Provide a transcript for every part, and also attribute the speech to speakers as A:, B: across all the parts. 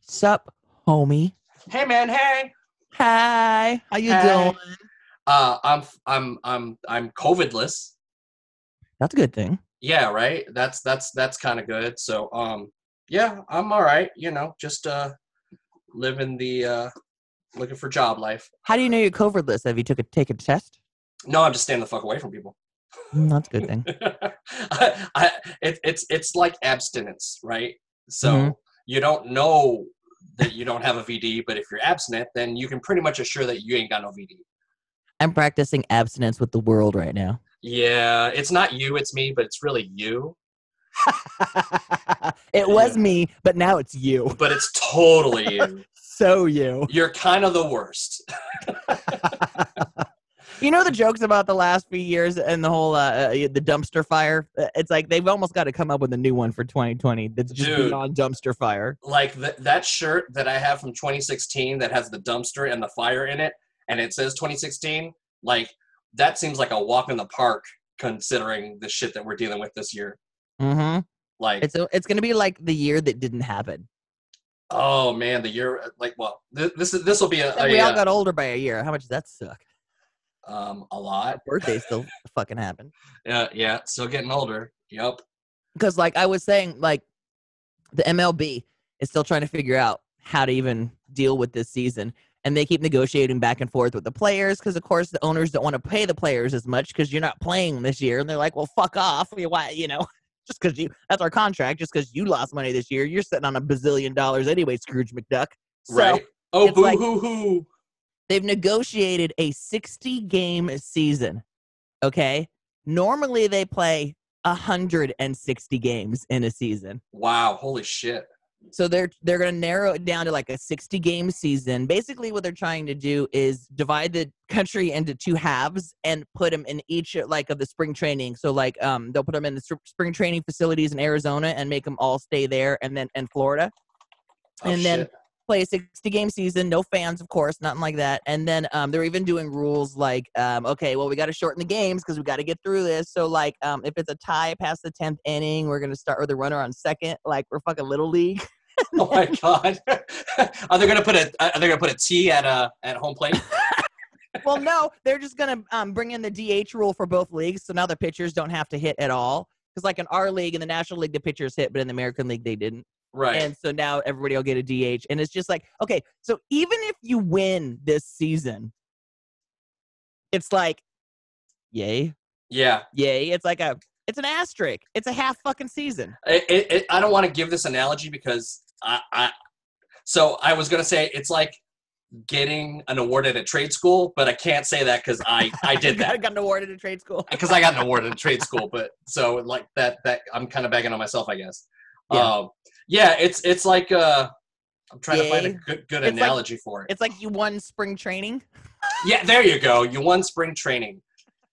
A: Sup, homie.
B: Hey man, hey.
A: Hi. How you
B: Hey.
A: doing?
B: Uh, I'm I'm I'm I'm COVIDless.
A: That's a good thing.
B: Yeah, right. That's that's that's kind of good. So um, yeah, I'm all right. You know, just uh, living the uh, looking for job life.
A: How do you know you're COVID list? Have you took a take a test?
B: No, I'm just staying the fuck away from people.
A: Mm, that's a good thing.
B: I, I, it, it's it's like abstinence, right? So
A: Mhm.
B: you don't know that you don't have a VD, but if you're abstinent, then you can pretty much assure that you ain't got no VD.
A: I'm practicing abstinence with the world right now.
B: Yeah, it's not you, it's me, but it's really you.
A: it was me, but now it's you.
B: But it's totally you.
A: So you.
B: You're kind of the worst.
A: You know the jokes about the last few years and the whole uh, uh, the dumpster fire. Uh, It's like they've almost got to come up with a new one for 2020 that's just
B: Dude.
A: beyond dumpster fire.
B: Like th- that shirt that I have from 2016 that has the dumpster and the fire in it, and it says 2016. Like that seems like a walk in the park considering the shit that we're dealing with this year.
A: hmm
B: Like
A: It's it's gonna be like the year that didn't happen.
B: Oh man, the year like well, th- this is this will be a,
A: we
B: a,
A: all
B: uh,
A: got older by a year. How much does that suck?
B: um a lot.
A: Birthday still fucking happened.
B: Yeah, yeah, still getting older. Yep.
A: Because like I was saying, like the MLB is still trying to figure out how to even deal with this season. And they keep negotiating back and forth with the players because, of course, the owners don't want to pay the players as much because you're not playing this year. And they're like, well, fuck off. I mean, Why, you know, just because you, that's our contract. Just because you lost money this year, you're sitting on a bazillion dollars anyway, Scrooge McDuck. So
B: right. Oh
A: it's
B: boo
A: like-
B: hoo hoo.
A: they've negotiated a 60 game season. Okay. Normally they play 160 games in a season.
B: Wow, holy shit.
A: So they're they're going to narrow it down to like a 60 game season. Basically what they're trying to do is divide the country into two halves and put them in each like of the spring training. So like um they'll put them in the sp- spring training facilities in Arizona and make them all stay there and then in Florida
B: Oh,
A: And then-
B: shit.
A: play a 60 game season no fans of course nothing like that and then um, they're even doing rules like um, okay well we got to shorten the games because we got to get through this so like um, if it's a tie past the 10th inning we're going to start with a runner on second like we're fucking little league
B: Oh my god. are they gonna put a are they gonna put a T at uh at home plate?
A: well no they're just going to um, bring in the dh rule for both leagues so now the pitchers don't have to hit at all because like in our league in the national league the pitchers hit but in the american league they didn't
B: Right.
A: And so now everybody will get a DH. And it's just like, okay, so even if you win this season, it's like, yay,
B: yeah.
A: yay. It's like a, it's an asterisk. It's a half fucking season.
B: It, it, it, I don't want to give this analogy because I, I so I was gonna say it's like getting an award at a trade school, but I can't say that because I I did that.
A: I got an award at a trade school.
B: because I got an award in trade school, but so like that that I'm kind of bagging on myself, I guess.
A: Yeah.
B: Um, yeah, it's it's like uh, I'm trying to find a
A: Yay.
B: good good
A: It's like-
B: analogy for it.
A: It's like you won spring training.
B: Yeah, there you go. You won spring training.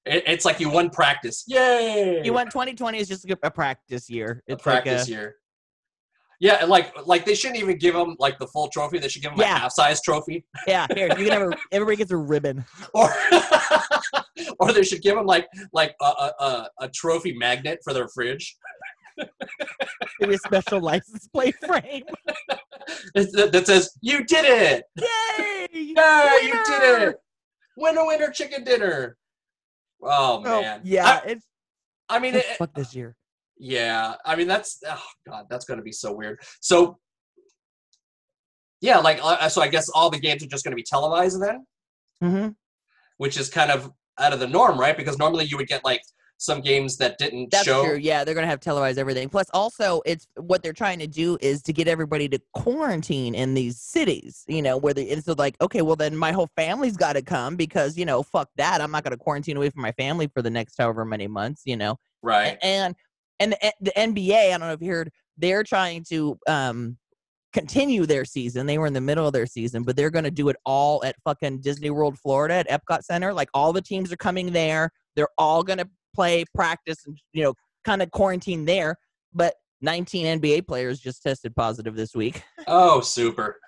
B: It, it's like you won practice. Yay!
A: You won 2020 is just a practice year.
B: a
A: It's
B: practice
A: like
B: year. Yeah, and like like they shouldn't even give them like the full trophy. They should give them
A: Yeah.
B: a half size trophy,
A: a, yeah, here, you can have a, everybody gets a ribbon.
B: or or they should give them like like a, a, a- a trophy magnet for their fridge.
A: Maybe a special license plate frame.
B: that that says you did it.
A: Yay!
B: Yeah, you did
A: Winner!
B: it. Winner, winner, chicken dinner. Oh
A: Oh,
B: man.
A: yeah, it's
B: I, I mean,
A: it's
B: it,
A: fuck this year.
B: yeah. I mean, that's oh god, that's gonna be so weird. So, yeah, like uh, so. I guess all the games are just gonna be televised then,
A: Mm-hmm.
B: which is kind of out of the norm, right? Because normally you would get like some games that didn't
A: That's
B: show.
A: true. Yeah, they're gonna have televised everything. Plus, also, it's what they're trying to do is to get everybody to quarantine in these cities. You know, where they and so like, okay, well then my whole family's got to come because you know, fuck that, I'm not gonna quarantine away from my family for the next however many months. You know,
B: Right.
A: and and the, the NBA, I don't know if you heard, they're trying to um continue their season. They were in the middle of their season, but they're going to do it all at fucking Disney World Florida at Epcot Center. Like all the teams are coming there. They're all going to play, practice, and you know, kind of quarantine there. But 19 NBA players just tested positive this week.
B: Oh, super.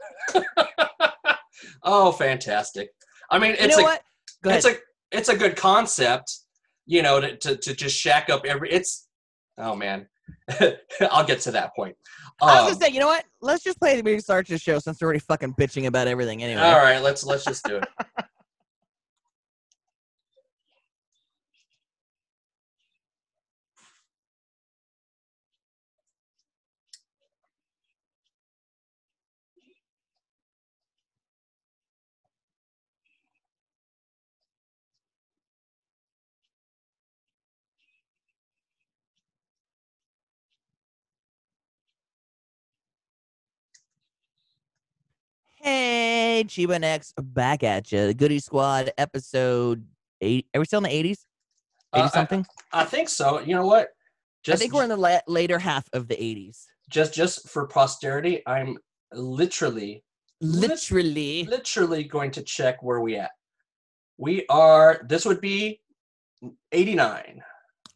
B: oh, fantastic. I mean, it's
A: You know
B: a,
A: what? Go ahead.
B: it's a it's a good concept, you know, to, to to just shack up every. It's oh man, I'll get to that point.
A: I was
B: Um,
A: gonna say, you know what? Let's just play the Beauty Sarch's show since we're already fucking bitching about everything anyway.
B: All right, let's let's just do it.
A: Hey, Chiba X back at you. The Goody Squad episode eight. Are we still in the eighties?
B: Uh,
A: Eighty
B: I-
A: something.
B: I think so. You know what?
A: I
B: Just
A: think we're in the la- later half of the eighties.
B: just just for posterity, I'm literally Lit-
A: Literally.
B: literally going to check where we at. We are. This would be eighty nine.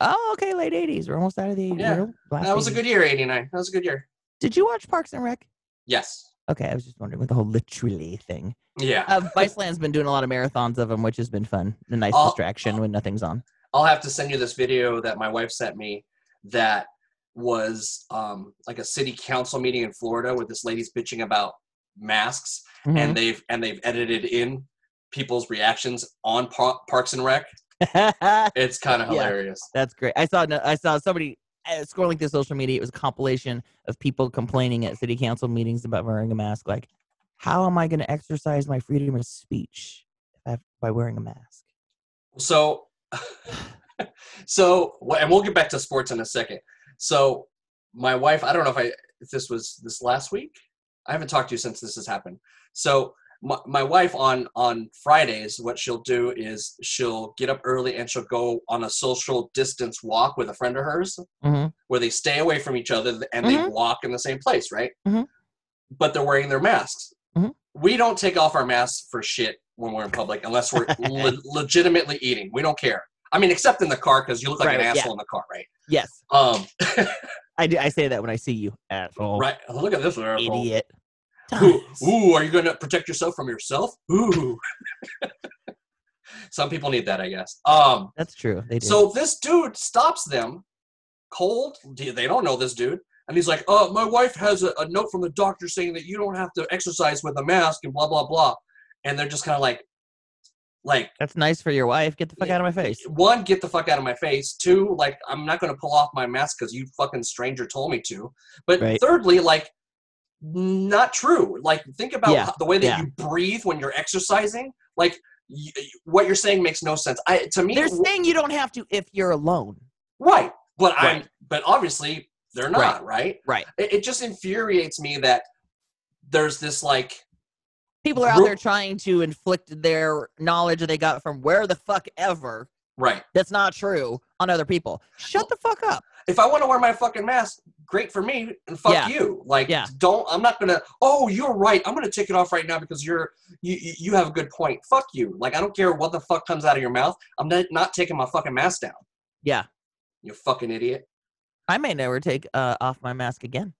A: Oh, okay, late eighties. We're almost out of the 80s.
B: Yeah,
A: Last
B: That was a
A: 80s.
B: good year. Eighty nine. That was a good year.
A: Did you watch Parks and Rec?
B: Yes.
A: Okay, I was just wondering with the whole literally thing.
B: Yeah.
A: Uh, Viceland's been doing a lot of marathons of them, which has been fun. A nice
B: I'll-
A: distraction when nothing's on.
B: I'll have to send you this video that my wife sent me that was um, like a city council meeting in Florida with this lady's bitching about masks,
A: Mm-hmm.
B: and they've and they've edited in people's reactions on par- Parks and Rec.
A: Mhm.
B: It's kind of
A: Yeah.
B: hilarious.
A: That's great. I saw no- I saw somebody uh, scrolling through social media. It was a compilation of people complaining at city council meetings about wearing a mask. Like, how am I going to exercise my freedom of speech if I have, by wearing a mask?
B: So, so wh- and we'll get back to sports in a second. So, my wife, I don't know if I if this was this last week. I haven't talked to you since this has happened. So, my, my wife on on Fridays, what she'll do is she'll get up early and she'll go on a social distance walk with a friend of hers,
A: Mm-hmm.
B: where they stay away from each other and they
A: Mhm.
B: walk in the same place, right?
A: Mhm.
B: But they're wearing their masks.
A: Mhm.
B: We don't take off our masks for shit when we're in public unless we're le- legitimately eating. We don't care. I mean, except in the car because you look like an
A: Right, yeah.
B: asshole in the car, right?
A: Yes,
B: Um,
A: I do. I say that when I see you, asshole,
B: right. Oh, Look at this asshole.
A: idiot.
B: Ooh,
A: Times.
B: ooh, are you going to protect yourself from yourself? Ooh. Some people need that, I guess. Um,
A: That's true. They do.
B: So this dude stops them, cold. They they don't know this dude, and he's like, "Uh, my wife has a, a note from the doctor saying that you don't have to exercise with a mask and blah blah blah," and they're just kind of like, like
A: That's nice for your wife. Get the fuck out of my face.
B: one, get the fuck out of my face. Two, like I'm not gonna pull off my mask because you fucking stranger told me to. But
A: Right.
B: thirdly, like not true. Like think about
A: Yeah,
B: how- the way that
A: yeah.
B: you breathe when you're exercising. Like y- y- what you're saying makes no sense. I to me
A: They're saying you don't have to if you're alone.
B: Right. But I'm
A: Right.
B: but obviously they're not, right?
A: Right.
B: It, it just infuriates me that there's this like
A: People are out
B: Ru-
A: there trying to inflict their knowledge that they got from where the fuck ever
B: right.
A: that's not true on other people. Shut the fuck up.
B: If I want to wear my fucking mask, great for me and fuck
A: Yeah.
B: you. Like
A: Yeah.
B: don't I'm not going to oh, you're right. I'm going to take it off right now because you're you you you have a good point. Fuck you. Like I don't care what the fuck comes out of your mouth. I'm not, not taking my fucking mask down.
A: Yeah.
B: You fucking idiot.
A: I may never take uh, off my mask again.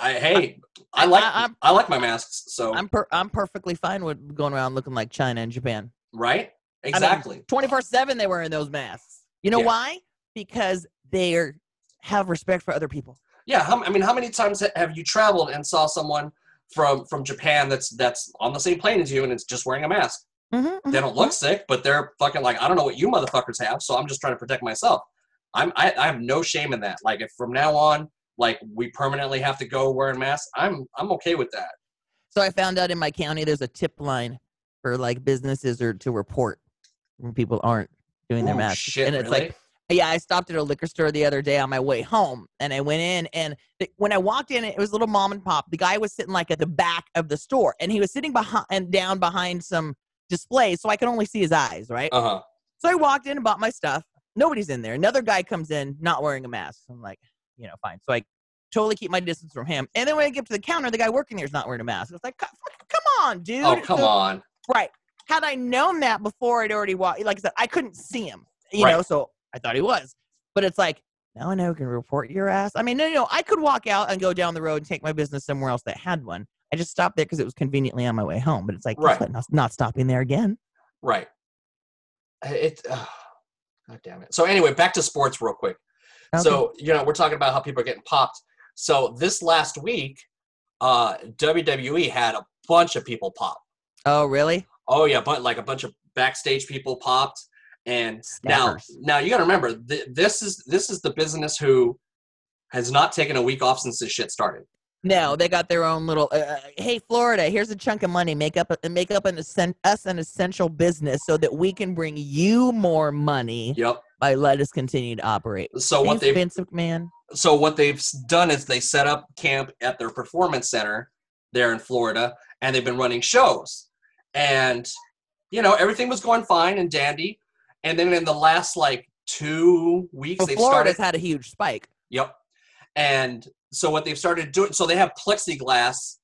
B: I hey, I, like
A: I-
B: I,
A: I'm-
B: like my masks, so
A: I'm per- I'm perfectly fine with going around looking like China and Japan.
B: right? Exactly.
A: 24/7 they wearing those masks. You know
B: Yeah.
A: why? Because they are have respect for other people.
B: Yeah, how, I mean, how many times ha- have you traveled and saw someone from from Japan that's that's on the same plane as you and it's just wearing a mask?
A: Mm-hmm.
B: They don't look sick, but they're fucking like, I don't know what you motherfuckers have, so I'm just trying to protect myself. I'm I, I have no shame in that. Like if from now on, like we permanently have to go wearing masks, I'm I'm okay with that.
A: So I found out in my county there's a tip line for like businesses or to report when people aren't doing their
B: Ooh,
A: masks.
B: shit,
A: and it's
B: really?
A: like yeah, I stopped at a liquor store the other day on my way home, and I went in, and the, when I walked in, it was a little mom and pop. The guy was sitting like at the back of the store, and he was sitting behind and down behind some displays, so I could only see his eyes, right?
B: uh huh.
A: So I walked in and bought my stuff. Nobody's in there. Another guy comes in, not wearing a mask. I'm like, you know, fine. So I totally keep my distance from him. And then when I get to the counter, the guy working here is not wearing a mask. It's like, "Co- fuck, come on, dude.
B: Oh come
A: So-
B: on.
A: Right. Had I known that before I'd already walked, like I said, I couldn't see him, you
B: Right.
A: know, so I thought he was. But it's like, now I know who can report your ass. I mean, no, no, no, I could walk out and go down the road and take my business somewhere else that had one. I just stopped there because it was conveniently on my way home. But it's like, guess
B: Right.
A: what? Not, not stopping there again.
B: Right. It. Uh, God damn it. So anyway, back to sports real quick. So, you know, we're talking about how people are getting popped. So this last week, uh, WWE had a bunch of people pop.
A: Oh, really?
B: Oh yeah, but like a bunch of backstage people popped. And
A: Staffers.
B: now, now you got to remember, th- this is this is the business who has not taken a week off since this shit started.
A: No, they got their own little. Uh, hey, Florida, here's a chunk of money. Make up, a- make up an essen- us an essential business so that we can bring you more money
B: Yep.
A: by let us continue to operate.
B: So
A: Thanks,
B: what they've
A: Vince McMahon.
B: so what they've s- done is they set up camp at their performance center there in Florida, and they've been running shows. And you know everything was going fine and dandy. And then in the last like two weeks,
A: Well,
B: they've
A: Florida's
B: started.
A: had a huge spike.
B: Yep. And so what they've started doing, so they have plexiglass,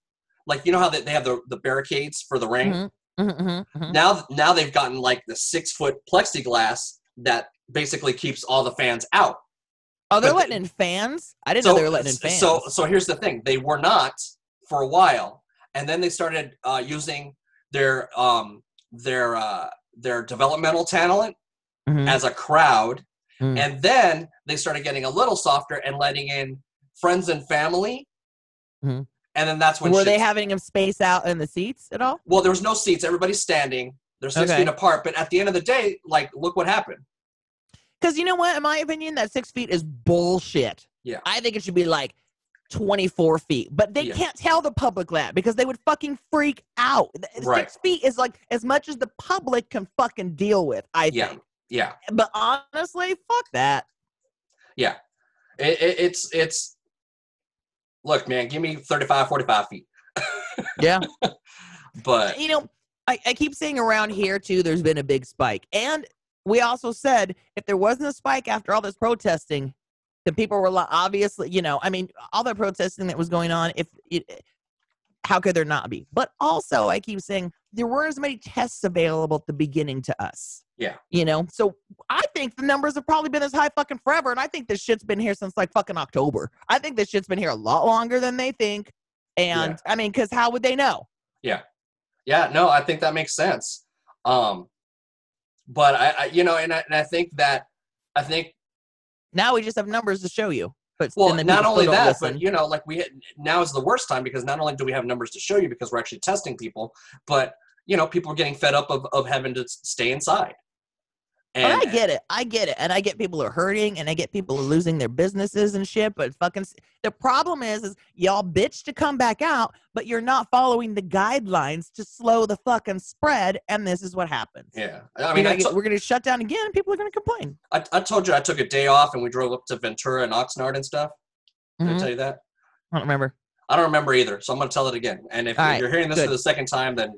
B: like you know how they, they have the, the barricades for the ring.
A: Mhm, mhm, mhm, mhm.
B: Now now they've gotten like the six foot plexiglass that basically keeps all the fans out.
A: Oh, they're
B: but-
A: letting in fans. I didn't know they were letting in fans.
B: So, so here's the thing: they were not for a while, and then they started uh, using their um, their uh, their developmental talent
A: Mhm.
B: as a crowd,
A: Mm.
B: and then they started getting a little softer and letting in friends and family,
A: Mhm.
B: and then that's when
A: were they
B: shit-
A: having them space out in the seats at all?
B: well, there was no seats; everybody's standing. They're six
A: Okay.
B: feet apart, but at the end of the day, like, look what happened.
A: Because you know what, in my opinion, that six feet is bullshit.
B: Yeah.
A: I think it should be like 24 feet, but they
B: Yeah.
A: can't tell the public that because they would fucking freak out. Th-
B: Right.
A: Six feet is like as much as the public can fucking deal with, I
B: Yeah.
A: think.
B: Yeah,
A: But honestly, fuck that.
B: it, it, it's it's. Look, man, give me 35, 45 feet.
A: Yeah.
B: But
A: you know, I, I keep saying around here too, there's been a big spike. And we also said if there wasn't a spike after all this protesting, the people were li- obviously, you know, I mean, all the protesting that was going on, if it, how could there not be? But also, I keep saying there weren't as many tests available at the beginning to us.
B: Yeah.
A: You know, so I think the numbers have probably been as high fucking forever. And I think this shit's been here since like fucking October. I think this shit's been here a lot longer than they think. And I mean, because how would they know?
B: Yeah, no, I think that makes sense. Um, but I, I you know, and I, and I think that I think
A: Now we just have numbers to show you. But
B: well,
A: and then
B: not
A: people
B: only
A: still don't
B: that,
A: listen.
B: but you know, like we had, now is the worst time because not only do we have numbers to show you because we're actually testing people, but you know, people are getting fed up of of having to s- stay inside.
A: But
B: And
A: Oh, I get it. I get it. And I get people are hurting and I get people are losing their businesses and shit. But fucking s- the problem is, is y'all bitch to come back out, but you're not following the guidelines to slow the fucking spread. And this is what happens.
B: yeah,
A: we're,
B: I mean, I
A: gonna, get-
B: to-
A: we're gonna shut down again and people are gonna complain.
B: I, I told you I took a day off and we drove up to Ventura and Oxnard and stuff. Did I
A: Mhm.
B: tell you that?
A: I don't remember.
B: I don't remember either, so I'm gonna tell it again. And if
A: All right,
B: you're hearing this for
A: good.
B: the second time, then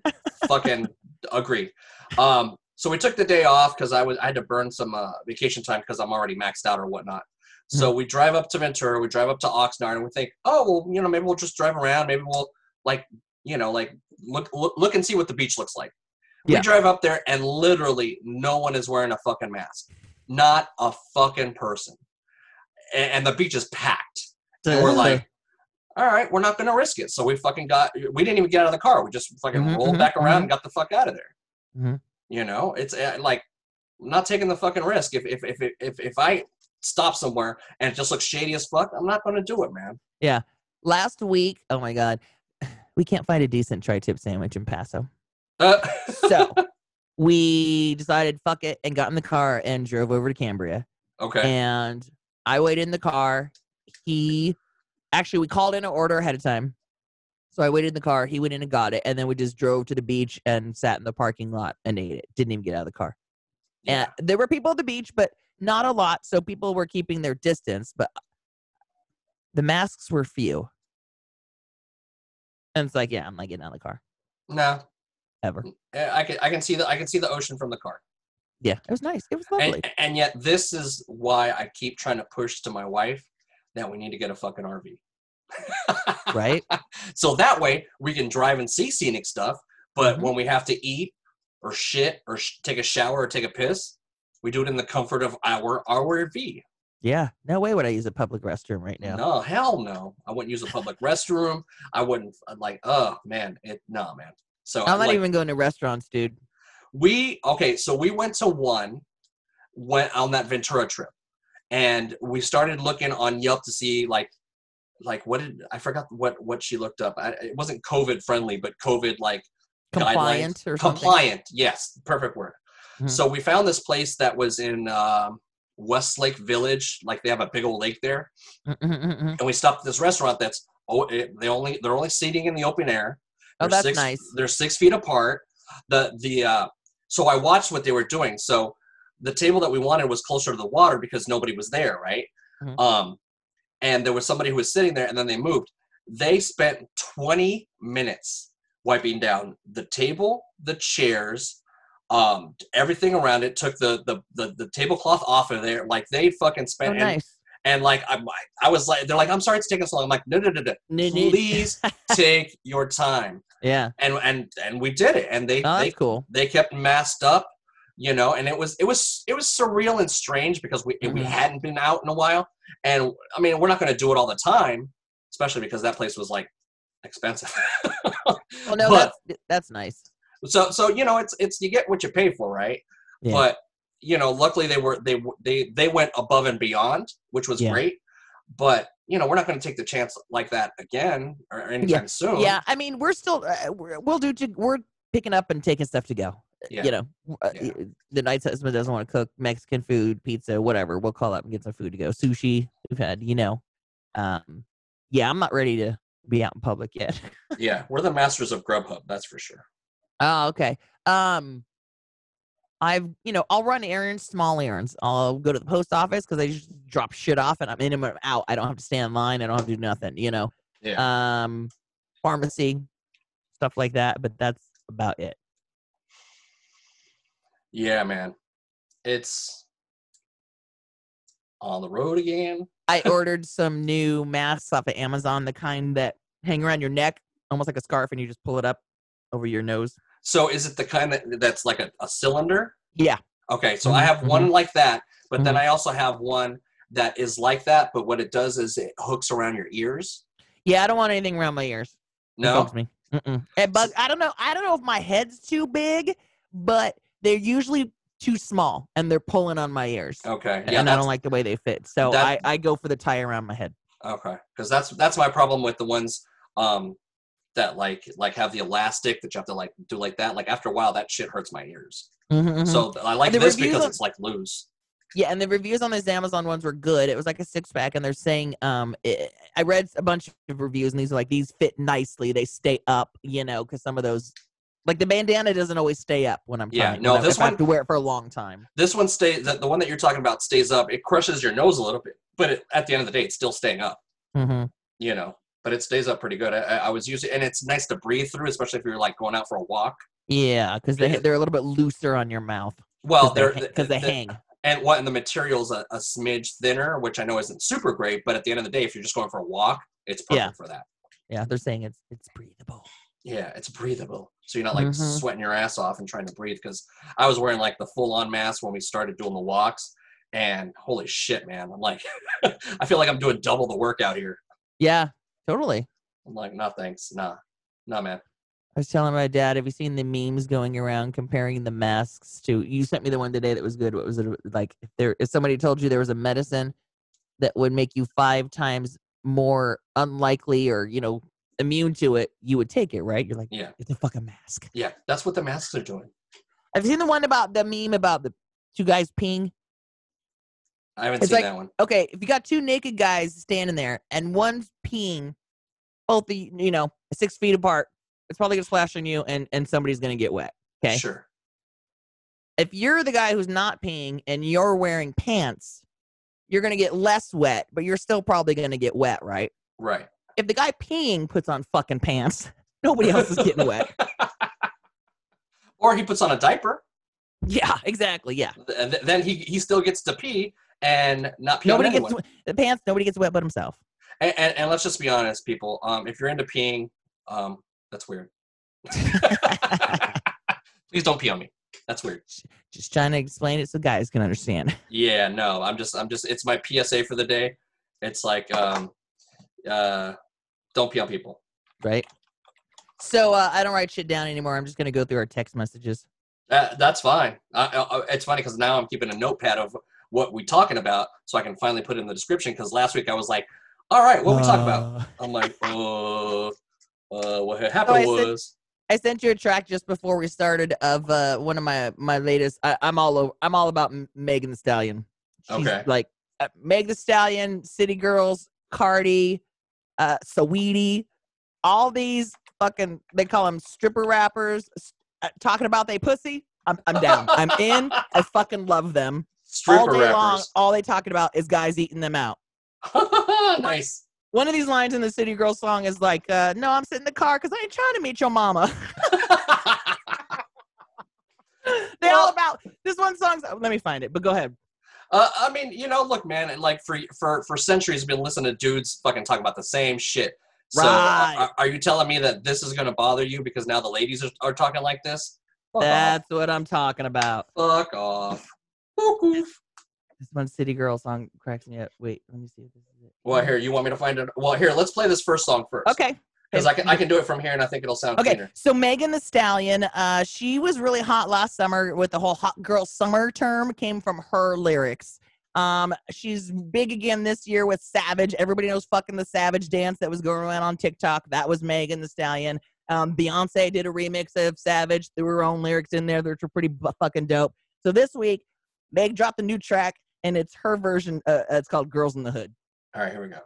B: fucking agree. Um, so we took the day off because I was I had to burn some uh, vacation time because I'm already maxed out or whatnot. So
A: Hmm.
B: we drive up to Ventura, we drive up to Oxnard, and we think, oh well, you know, maybe we'll just drive around, maybe we'll like, you know, like look look, look and see what the beach looks like.
A: Yeah.
B: We drive up there, and literally no one is wearing a fucking mask, not a fucking person, A- and the beach is packed and we're like, all right, we're not going to risk it. So we fucking got, we didn't even get out of the car. We just fucking
A: Mhm,
B: rolled
A: mhm,
B: back around
A: mhm.
B: and got the fuck out of there.
A: Mhm.
B: You know, it's uh, like not taking the fucking risk. If if if if if I stop somewhere and it just looks shady as fuck, I'm not going to do it, man.
A: last week, oh my god, we can't find a decent tri-tip sandwich in Paso.
B: Uh,
A: So we decided fuck it and got in the car and drove over to Cambria.
B: okay.
A: And I waited in the car. He actually we called in an order ahead of time. So I waited in the car, he went in and got it, and then we just drove to the beach and sat in the parking lot and ate it. Didn't even get out of the car. And there were people at the beach, but not a lot, so people were keeping their distance, but the masks were few. And it's like, yeah, I'm not getting out of the car
B: No,
A: ever.
B: Eh, I can I can see the I can see the ocean from the car.
A: Yeah, it was nice. It was lovely.
B: And, and yet this is why I keep trying to push to my wife that we need to get a fucking RV.
A: right?
B: So that way we can drive and see scenic stuff. But
A: Mhm.
B: when we have to eat or shit or sh- take a shower or take a piss, we do it in the comfort of our RV.
A: Yeah. No way would I use a public restroom right now.
B: No, hell no. I wouldn't use a public restroom. I wouldn't I'm like. Oh man, it nah, man. So
A: I'm not
B: like,
A: even going to restaurants, dude.
B: we okay. So we went to one went on that Ventura trip, and we started looking on Yelp to see like like what did I forgot what what she looked up. I, it wasn't COVID friendly, but COVID like
A: Compliant or something.
B: compliant. Yes, perfect word.
A: Mhm.
B: So we found this place that was in um Westlake Village. Like they have a big old lake there,
A: Mm, mm, mm, mm.
B: and we stopped at this restaurant that's oh it, they only they're only seating in the open air.
A: Oh,
B: They're
A: that's
B: six-
A: nice.
B: They're six feet apart. The the uh, so I watched what they were doing. So the table that we wanted was closer to the water because nobody was there, right?
A: Mhm.
B: Um, and there was somebody who was sitting there, and then they moved. They spent twenty minutes wiping down the table, the chairs, um, everything around it. Took the the the, the tablecloth off of there, like they fucking
A: Oh,
B: spent. and-
A: nice.
B: And, like I, I was like, they're like, I'm sorry it's taking so long. I'm like, no, no, no, no.
A: Neat, neat.
B: Please take your time
A: yeah.
B: and and and we did it and they
A: Oh,
B: they,
A: that's cool.
B: they kept masked up you know and it was it was it was surreal and strange because we we
A: Mhm.
B: hadn't been out in a while and i mean we're not going to do it all the time especially because that place was like expensive
A: Well, no,
B: but,
A: that's that's nice.
B: so so you know it's it's you get what you pay for right
A: Yeah.
B: but you know luckily they were they w- they they went above and beyond which was
A: Yeah.
B: great but you know we're not going to take the chance like that again or anytime soon
A: Yeah, I mean, we're still uh, we're- we'll do. to- We're picking up and taking stuff to go.
B: Yeah.
A: You know, w- uh,
B: Yeah.
A: y- the night's husband doesn't want to cook Mexican food, pizza, whatever. We'll call up and get some food to go. Sushi we've had, you know. Um, yeah, I'm not ready to be out in public yet.
B: yeah we're the masters of grubhub that's for sure
A: oh, okay. Um, I've you know I'll run errands, small errands. I'll go to the post office because I just drop shit off and I'm in and I'm out. I don't have to stand in line. I don't have to do nothing. You know. Um, pharmacy, stuff like that. But that's about it.
B: Yeah, man. It's on the road again.
A: I ordered some new masks off of Amazon, the kind that hang around your neck, almost like a scarf, and you just pull it up over your nose.
B: So is it the kind that that's like a, a cylinder?
A: Yeah.
B: Okay, so I
A: Mhm,
B: have one like that, but then
A: Mhm.
B: I also have one that is like that, but what it does is it hooks around your ears.
A: Yeah, I don't want anything around my ears. It
B: No.
A: bugs me. Mm-mm. It bugs. I don't know. I don't know if my head's too big, but they're usually too small, and they're pulling on my ears.
B: Okay. Oh, Yeah.
A: and I
B: That's,
A: don't like the way they fit, so
B: that-
A: I, I go for the tie around my head.
B: okay. Because that's that's my problem with the ones um that like like have the elastic that you have to like do like that. Like after a while, that shit hurts my ears.
A: Mhm, mhm.
B: So I like
A: the
B: this
A: reviews
B: because
A: on-
B: it's like loose.
A: Yeah, and the reviews on those Amazon ones were good. It was like a six pack, and they're saying, um, i I read a bunch of reviews, and these are like these fit nicely. They stay up, you know, because some of those, like the bandana, doesn't always stay up when I'm
B: Yeah,
A: trying.
B: no,
A: when I-
B: this
A: if I have
B: one-
A: to wear it for a long time.
B: This one stays. The, the one that you're talking about stays up. It crushes your nose a little bit, but it, at the end of the day, it's still staying up.
A: Mm-hmm.
B: You know, but it stays up pretty good. I, I I was using, and it's nice to breathe through, especially if you're like going out for a walk.
A: Yeah, because they
B: Yeah.
A: they're a little bit looser on your mouth.
B: Well, they're
A: because they, hang.
B: and what and the material's a, a smidge thinner, which I know isn't super great, but at the end of the day, if you're just going for a walk, it's perfect
A: Yeah.
B: for that.
A: Yeah, they're saying it's it's breathable.
B: Yeah, it's breathable, so you're not like
A: Mhm.
B: sweating your ass off and trying to breathe. Because I was wearing like the full-on mask when we started doing the walks, and holy shit, man, I'm like, I feel like I'm doing double the work out here.
A: Yeah, totally.
B: I'm like, no thanks, nah, nah, man.
A: I was telling my dad, have you seen the memes going around comparing the masks to? You sent me the one today that was good. What was it like? If there, if somebody told you there was a medicine that would make you five times more unlikely or you know immune to it, you would take it, right? You're like,
B: Yeah.
A: it's a fucking mask.
B: Yeah, that's what the masks are doing.
A: Have you seen the one about the meme about the two guys peeing?
B: I haven't
A: It's
B: seen
A: like-
B: that one.
A: Okay, if you got two naked guys standing there and one's peeing, both the you know six feet apart, it's probably gonna splash on you and and somebody's gonna get wet. Okay.
B: Sure.
A: if you're the guy who's not peeing and you're wearing pants, you're going to get less wet, but you're still probably going to get wet, right?
B: Right.
A: If the guy peeing puts on fucking pants, nobody else is getting wet.
B: Or he puts on a diaper,
A: Yeah, exactly. Yeah.
B: th- th- then he he still gets to pee and not pee
A: nobody
B: on
A: gets
B: anyone.
A: the pants, nobody gets wet but himself.
B: And, and, and let's just be honest, people. Um, if you're into peeing, um, that's weird. Please don't pee on me. That's weird.
A: Just trying to explain it so guys can understand.
B: Yeah, no. I'm just I'm just. It's my PSA for the day. It's like um, uh, don't pee on people.
A: Right. So uh, I don't write shit down anymore. I'm just going to go through our text messages.
B: That, that's fine. I, I, I- it's funny because now I'm keeping a notepad of what we talking about so I can finally put it in the description. Because last week I was like, all right, what we talking about? I'm like, uh, uh, what had happened
A: Oh, I said-
B: was.
A: I sent you a track just before we started of uh, one of my my latest. I, I'm all over. I'm all about M- Megan the Stallion. She's
B: Okay.
A: Like uh, Meg the Stallion, City Girls, Cardi, uh, Saweetie, all these fucking. They call them stripper rappers. s- Uh, talking about they pussy. I'm I'm down. I'm in. I fucking love them. all
B: Stripper
A: day long,
B: rappers.
A: all they talking about is guys eating them out.
B: nice.
A: One of these lines in the City Girls song is like, uh, "No, I'm sitting in the car because I ain't trying to meet your mama." They're all
B: Well-
A: about this one song's. Let me find it, but go ahead.
B: Uh, I mean, you know, look, man, and, like for for for centuries, been listening to dudes fucking talk about the same shit. So, uh,
A: Right.
B: are, are you telling me that this is gonna bother you because now the ladies are, are talking like this? Fuck
A: That's what I'm talking about.
B: off! Fuck off! Woof, woof.
A: This one City Girl song cracks me up. Wait, let me see if this is it.
B: Well, here you want me to find it? Well, here, let's play this first song first.
A: Okay.
B: Because I can I can do it from here, and I think it'll sound
A: Okay,
B: cleaner.
A: so Megan the Stallion, uh, she was really hot last summer with the whole hot girl summer term came from her lyrics. Um, she's big again this year with Savage. Everybody knows fucking the Savage dance that was going around on TikTok. That was Megan the Stallion. Um, Beyonce did a remix of Savage, threw her own lyrics in there, which were pretty bu- fucking dope. So this week, Meg dropped a new track, and it's her version. Uh, uh, it's called "Girls in the Hood."
B: All right, here we go.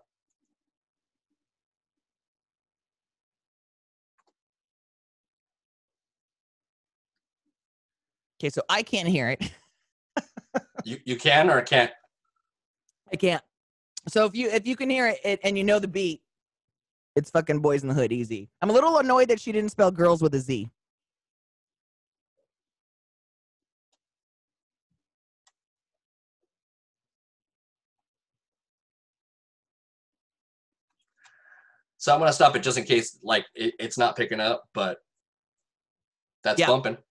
A: Okay, so I can't hear it.
B: You you can or can't?
A: I can't. So if you if you can hear it, it and you know the beat, it's fucking Boys in the Hood easy. I'm a little annoyed that she didn't spell girls with a Z.
B: So I'm gonna stop it just in case like it, it's not picking up, but that's
A: Yeah.
B: bumping.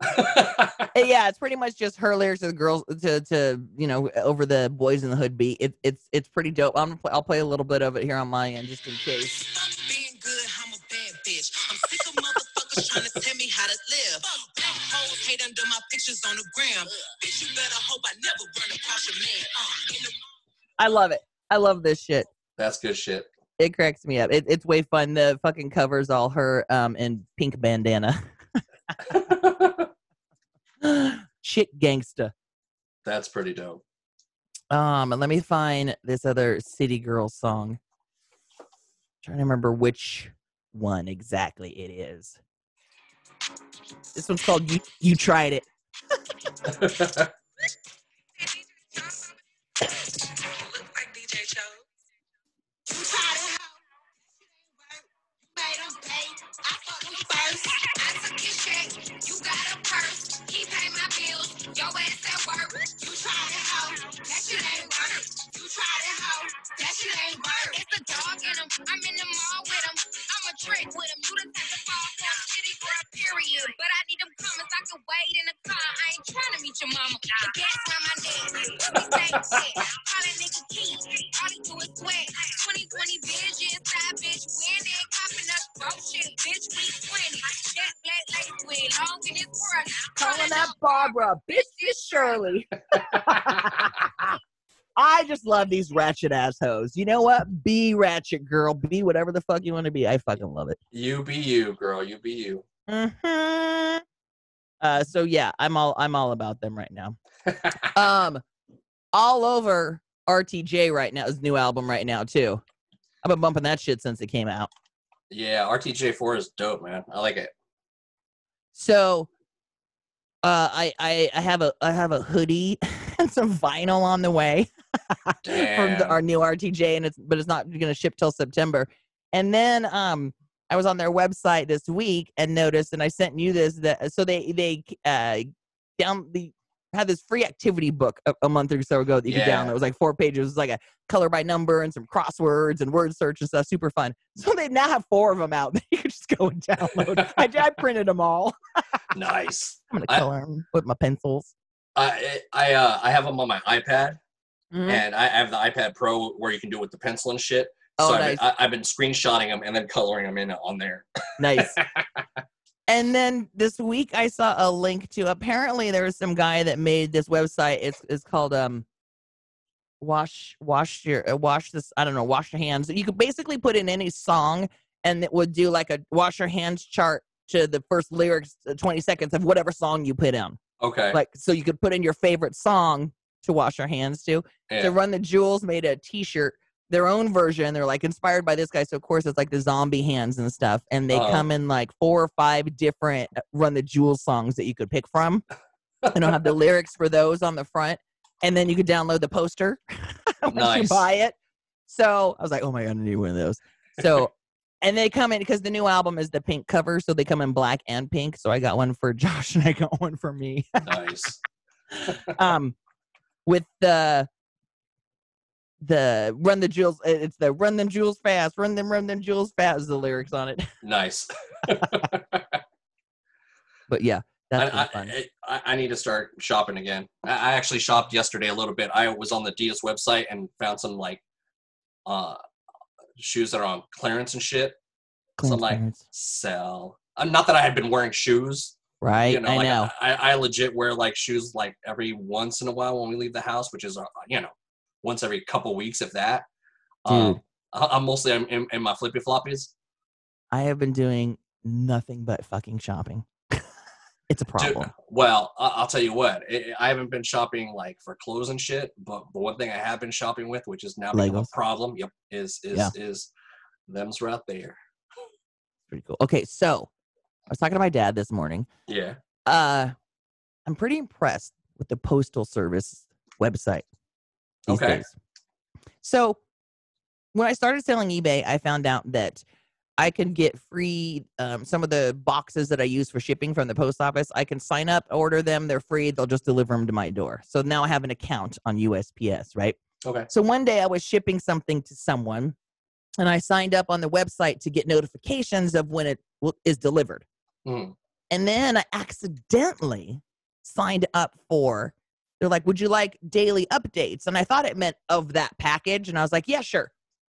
A: Uh, Yeah, it's pretty much just her lyrics to the girls to to you know over the Boys in the Hood beat. It, it's it's pretty dope. I'm gonna play, I'll play a little bit of it here on my end just in case.
C: Fuck being good, I'm a bad bitch. I'm sick of motherfuckers trying to tell me how to live. Black hoes hate under my pictures on the gram. Bitch, you better hope I never run across your man. Uh, in the
A: I love it. I love this shit.
B: that's good shit.
A: It cracks me up. It, it's way fun. The fucking covers all her um in pink bandana. Chick gangsta.
B: That's pretty dope.
A: Um, and let me find this other City Girls song. trying to remember which one exactly it is. This one's called "You You Tried It."
C: Look like DJ Cho. You tired of how? You made him pay. I fucked him first. I took his check. You got a purse. He paid my bills. Your ass at work. You tried it how? That shit ain't work. You tried it how? That shit ain't work. It's a dog in him. I'm in the mall with him. I'm a trick with him. You done got the fall for him. Shitty girl, period. But I need them comments. I can wait in the car. I ain't trying to meet your mama. The gas on my neck. Pussy tank shit. Call a nigga key. All he do is sweat. 2020 vision. Side bitch winning. Popping up broke shit. Bitch, we 20. That black lace wig. Long in his world. Calling up
A: Barbara, bitch, this Shirley. I just love these ratchet assholes. You know what? Be ratchet, girl. Be whatever the fuck you want to be. I fucking love it.
B: you be you, girl. You be you.
A: hmm Uh, so yeah, I'm all I'm all about them right now. um, all over RTJ right now his new album right now too. I've been bumping that shit since it came out.
B: Yeah, RTJ4 is dope, man. I like it.
A: So, uh, I I, I have a I have a hoodie and some vinyl on the way. from
B: Damn.
A: the, our new RTJ, and it's but it's not going to ship till September. And then um, I was on their website this week and noticed, and I sent you this that so they they uh, down the had this free activity book a, a month or so ago that you could
B: Yeah.
A: download. It was like four pages. It was like a color by number and some crosswords and word search and stuff. Super fun. So they now have four of them out that you can just go and download. I, I printed them all.
B: nice.
A: I'm gonna
B: I-
A: color them with my pencils.
B: I I uh, I have them on my iPad,
A: Mhm.
B: and I I have the iPad Pro where you can do it with the pencil and shit.
A: Oh,
B: so
A: nice.
B: I've, been, I, I've been screenshotting them and then coloring them in on there.
A: Nice. and then this week I saw a link to apparently there was some guy that made this website. It's it's called um wash wash your uh, wash this i don't know wash your hands you could basically put in any song and it would do like a wash your hands chart to the first lyrics uh, 20 seconds of whatever song you put in
B: Okay.
A: like so you could put in your favorite song to wash your hands to
B: yeah.
A: to run the jewels made a t-shirt their own version they're like inspired by this guy so of course it's like the zombie hands and stuff and they
B: Oh.
A: come in like four or five different uh, run the jewels songs that you could pick from and i'll have the lyrics for those on the front and then you could download the poster once you
B: Nice.
A: buy it so i was like oh my god i need one of those so and they come in because the new album is the pink cover so they come in black and pink so i got one for josh and i got one for me
B: nice.
A: um with the the run the jewels it- it's the run them jewels fast run them run them jewels fast is the lyrics on it
B: Nice.
A: but yeah that's
B: I,
A: been fun
B: I, I, I need to start shopping again. I, I actually shopped yesterday a little bit. I was on the Diaz website and found some like uh shoes that are on clearance and shit.
A: Clean
B: some, like,
A: clearance.
B: Sell. Uh, not that I had been wearing shoes.
A: right
B: you know,
A: i
B: like,
A: know
B: I, I legit wear like shoes like every once in a while when we leave the house, which is uh, you know once every couple weeks if that. Um, I, I'm mostly I'm in, in my flippy floppies.
A: I, have been doing nothing but fucking shopping it's a
B: Dude,
A: problem
B: well, I- I'll tell you what. I I haven't been shopping like for clothes and shit, but the one thing I have been shopping with, which is now become a
A: Legos.
B: problem, yep, is is
A: Yeah.
B: is them's right there.
A: pretty cool okay so i was talking to my dad this morning
B: Yeah.
A: uh i'm pretty impressed with the postal service website these
B: Okay.
A: days. so when i started selling ebay i found out that i can get free um, some of the boxes that i use for shipping from the post office i can sign up order them they're free they'll just deliver them to my door so now i have an account on usps right
B: Okay.
A: so one day I was shipping something to someone and I signed up on the website to get notifications of when it w- is delivered.
B: Mm.
A: And then I accidentally signed up for, they're like, would you like daily updates? And I thought it meant of that package. And I was like, yeah, sure.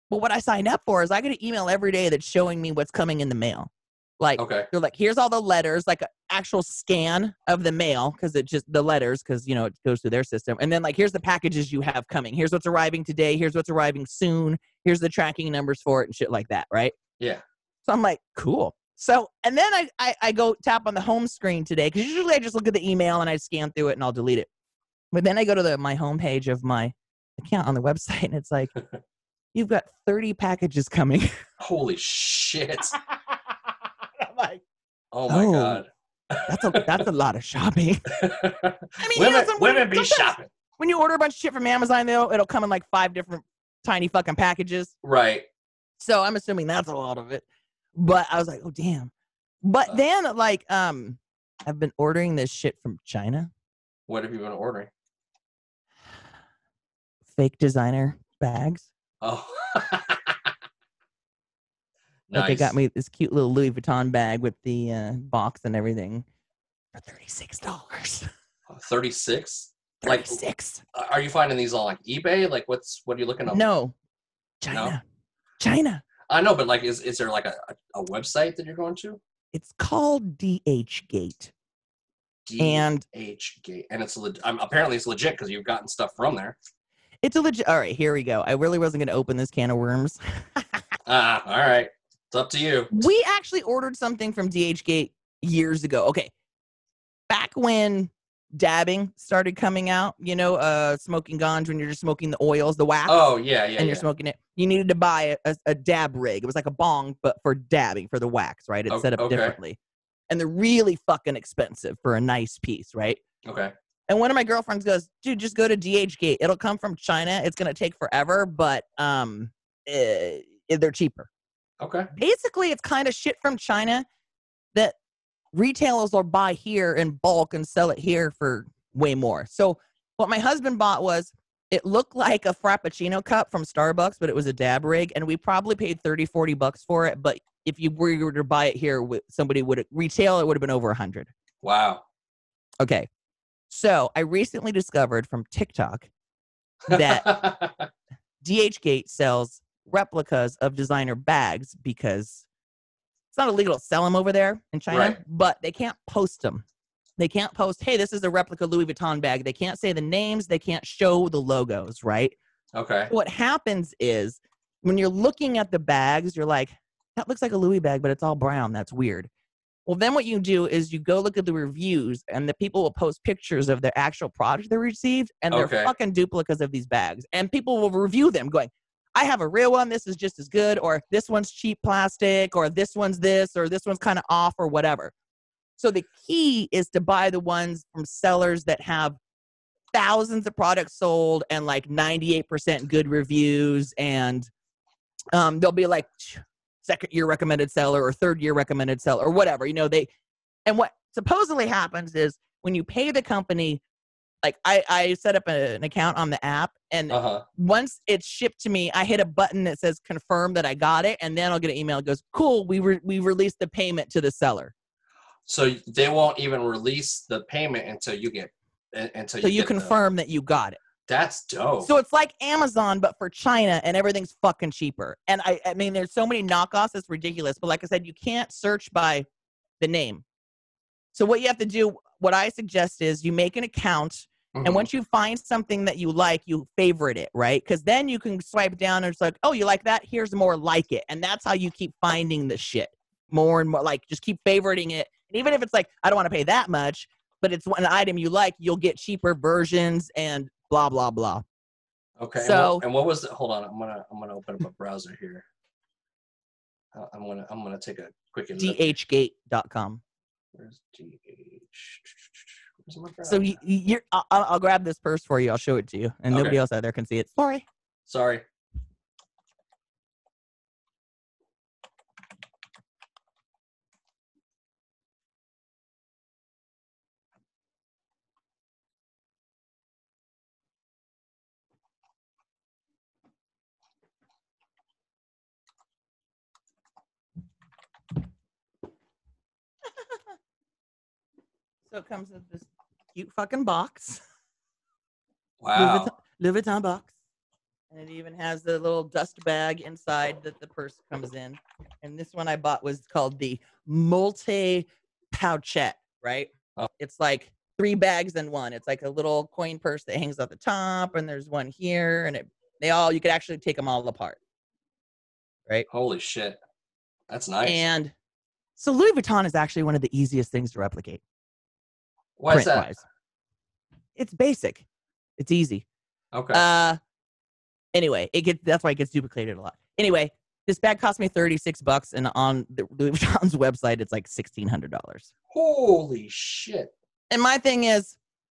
A: But what I signed up for is I get an email every day that's showing me what's coming in the mail. Like,
B: Okay.
A: they're like, here's all the letters, like an actual scan of the mail, because it just the letters, because you know it goes through their system. And then like, here's the packages you have coming. Here's what's arriving today. Here's what's arriving soon. Here's the tracking numbers for it and shit like that, right?
B: Yeah.
A: So I'm like, cool. So and then I I, I go tap on the home screen today because usually I just look at the email and I scan through it and I'll delete it. But then I go to the my homepage of my account on the website and it's like, you've got 30 packages coming.
B: Holy shit!
A: I'm like,
B: Oh my
A: Oh.
B: god.
A: that's a that's a lot of shopping. I mean, you know,
B: women,
A: some-
B: women be
A: sometimes
B: shopping.
A: When you order a bunch of shit from Amazon, though, it'll come in like five different tiny fucking packages.
B: Right.
A: So I'm assuming that's a lot of it. But I was like, oh damn. But
B: Uh.
A: then, like, um, I've been ordering this shit from China,
B: What have you been ordering?
A: fake designer bags.
B: Oh.
A: Like they got me this cute little Louis Vuitton bag with the uh, box and everything for thirty six dollars.
B: thirty six. Like-
A: Thirty six.
B: Are you finding these on like eBay? Like, what's what are you looking on?
A: No, China, China.
B: I know, but like, is is there like a, a, a website that you're going to?
A: It's called DH Gate, and
B: H Gate, and it's leg- um, apparently it's legit because you've gotten stuff from there.
A: It's a legit. All right, here we go. I really wasn't going to open this can of worms.
B: Ah, all right, it's up to you.
A: we actually ordered something from DHgate years ago. Okay, back when dabbing started coming out, you know, uh, smoking ganj when you're just smoking the oils, the wax,
B: Oh yeah, yeah,
A: and
B: yeah.
A: you're smoking it. You needed to buy a, a, a dab rig. It was like a bong, but for dabbing for the wax, right? It's
B: Oh,
A: set up
B: okay.
A: differently, and they're really fucking expensive for a nice piece, right?
B: okay,
A: And one of my girlfriends goes, "Dude, just go to DHgate. It'll come from China. It's gonna take forever, but um, eh, they're cheaper.
B: okay.
A: Basically, it's kind of shit from China that retailers will buy here in bulk and sell it here for way more. So what my husband bought was it looked like a frappuccino cup from Starbucks, but it was a dab rig, and we probably paid 30, 40 bucks for it. But if you were to buy it here, wi- somebody would retail it would have been over a hundred.
B: Wow.
A: Okay. So I recently discovered from TikTok that DHgate sells replicas of designer bags because it's not illegal to sell them over there in China,
B: Right.
A: but they can't post them. They can't post, hey, this is a replica Louis Vuitton bag. They can't say the names. They can't show the logos, right?
B: Okay.
A: What happens is when you're looking at the bags, you're like, that looks like a Louis bag, but it's all brown. That's weird. Well, then what you do is you go look at the reviews, and the people will post pictures of their actual product they received, and they're
B: Okay.
A: fucking duplicates of these bags. And people will review them, going, "I have a real one. This is just as good," or "This one's cheap plastic," or "This one's this," or "This one's kind of off," or whatever. So the key is to buy the ones from sellers that have thousands of products sold and like 98% good reviews and um, they'll be like second year recommended seller or third year recommended seller or whatever you know they and what supposedly happens is when you pay the company like i, I set up a- an account on the app and
B: Uh huh.
A: once it's shipped to me, I hit a button that says confirm that I got it, and then I'll get an email that goes, "Cool, we re- we released the payment to the seller."
B: So they won't even release the payment until you get un- until
A: So you
B: get the-
A: confirm that you got it.
B: that's dope.
A: So it's like Amazon, but for China, and everything's fucking cheaper. And I, I mean, there's so many knockoffs, it's ridiculous. But like I said, you can't search by the name. So what you have to do, what I suggest is you make an account
B: Mhm.
A: And once you find something that you like, you favorite it, right? Because then you can swipe down and it's like, oh, you like that? Here's more like it. And that's how you keep finding the shit more and more. Like, just keep favoriting it. And even if it's like, I don't want to pay that much, but it's an item you like, you'll get cheaper versions and blah, blah, blah.
B: Okay. and
A: So-
B: what- and what was the? Hold on, I'm gonna I'm gonna open up a browser here. Uh, I'm gonna I'm gonna take a quick look.
A: DHgate.com.
B: Where's DH? Where's my
A: So
B: browser?
A: you, you're, I'll, I'll I'll grab this purse for you. I'll show it to you. And
B: Okay.
A: nobody else out there can see it. Sorry.
B: Sorry.
A: So it comes in this cute fucking box.
B: Wow.
A: Louis Vuitton box. And it even has the little dust bag inside that the purse comes in. And this one I bought was called the multi pouchette, right?
B: Oh.
A: It's like three bags in one. It's like a little coin purse that hangs off the top, and there's one here, and it they all you could actually take them all apart.
B: Holy shit. That's nice.
A: And so Louis Vuitton is actually one of the easiest things to replicate.
B: Why is
A: print
B: that?
A: wise. It's basic. It's easy.
B: Okay.
A: Uh, anyway, it gets that's why it gets duplicated a lot. Anyway, this bag cost me thirty six bucks, and on the Louis Vuitton's website, it's like sixteen hundred dollars.
B: Holy shit.
A: And my thing is,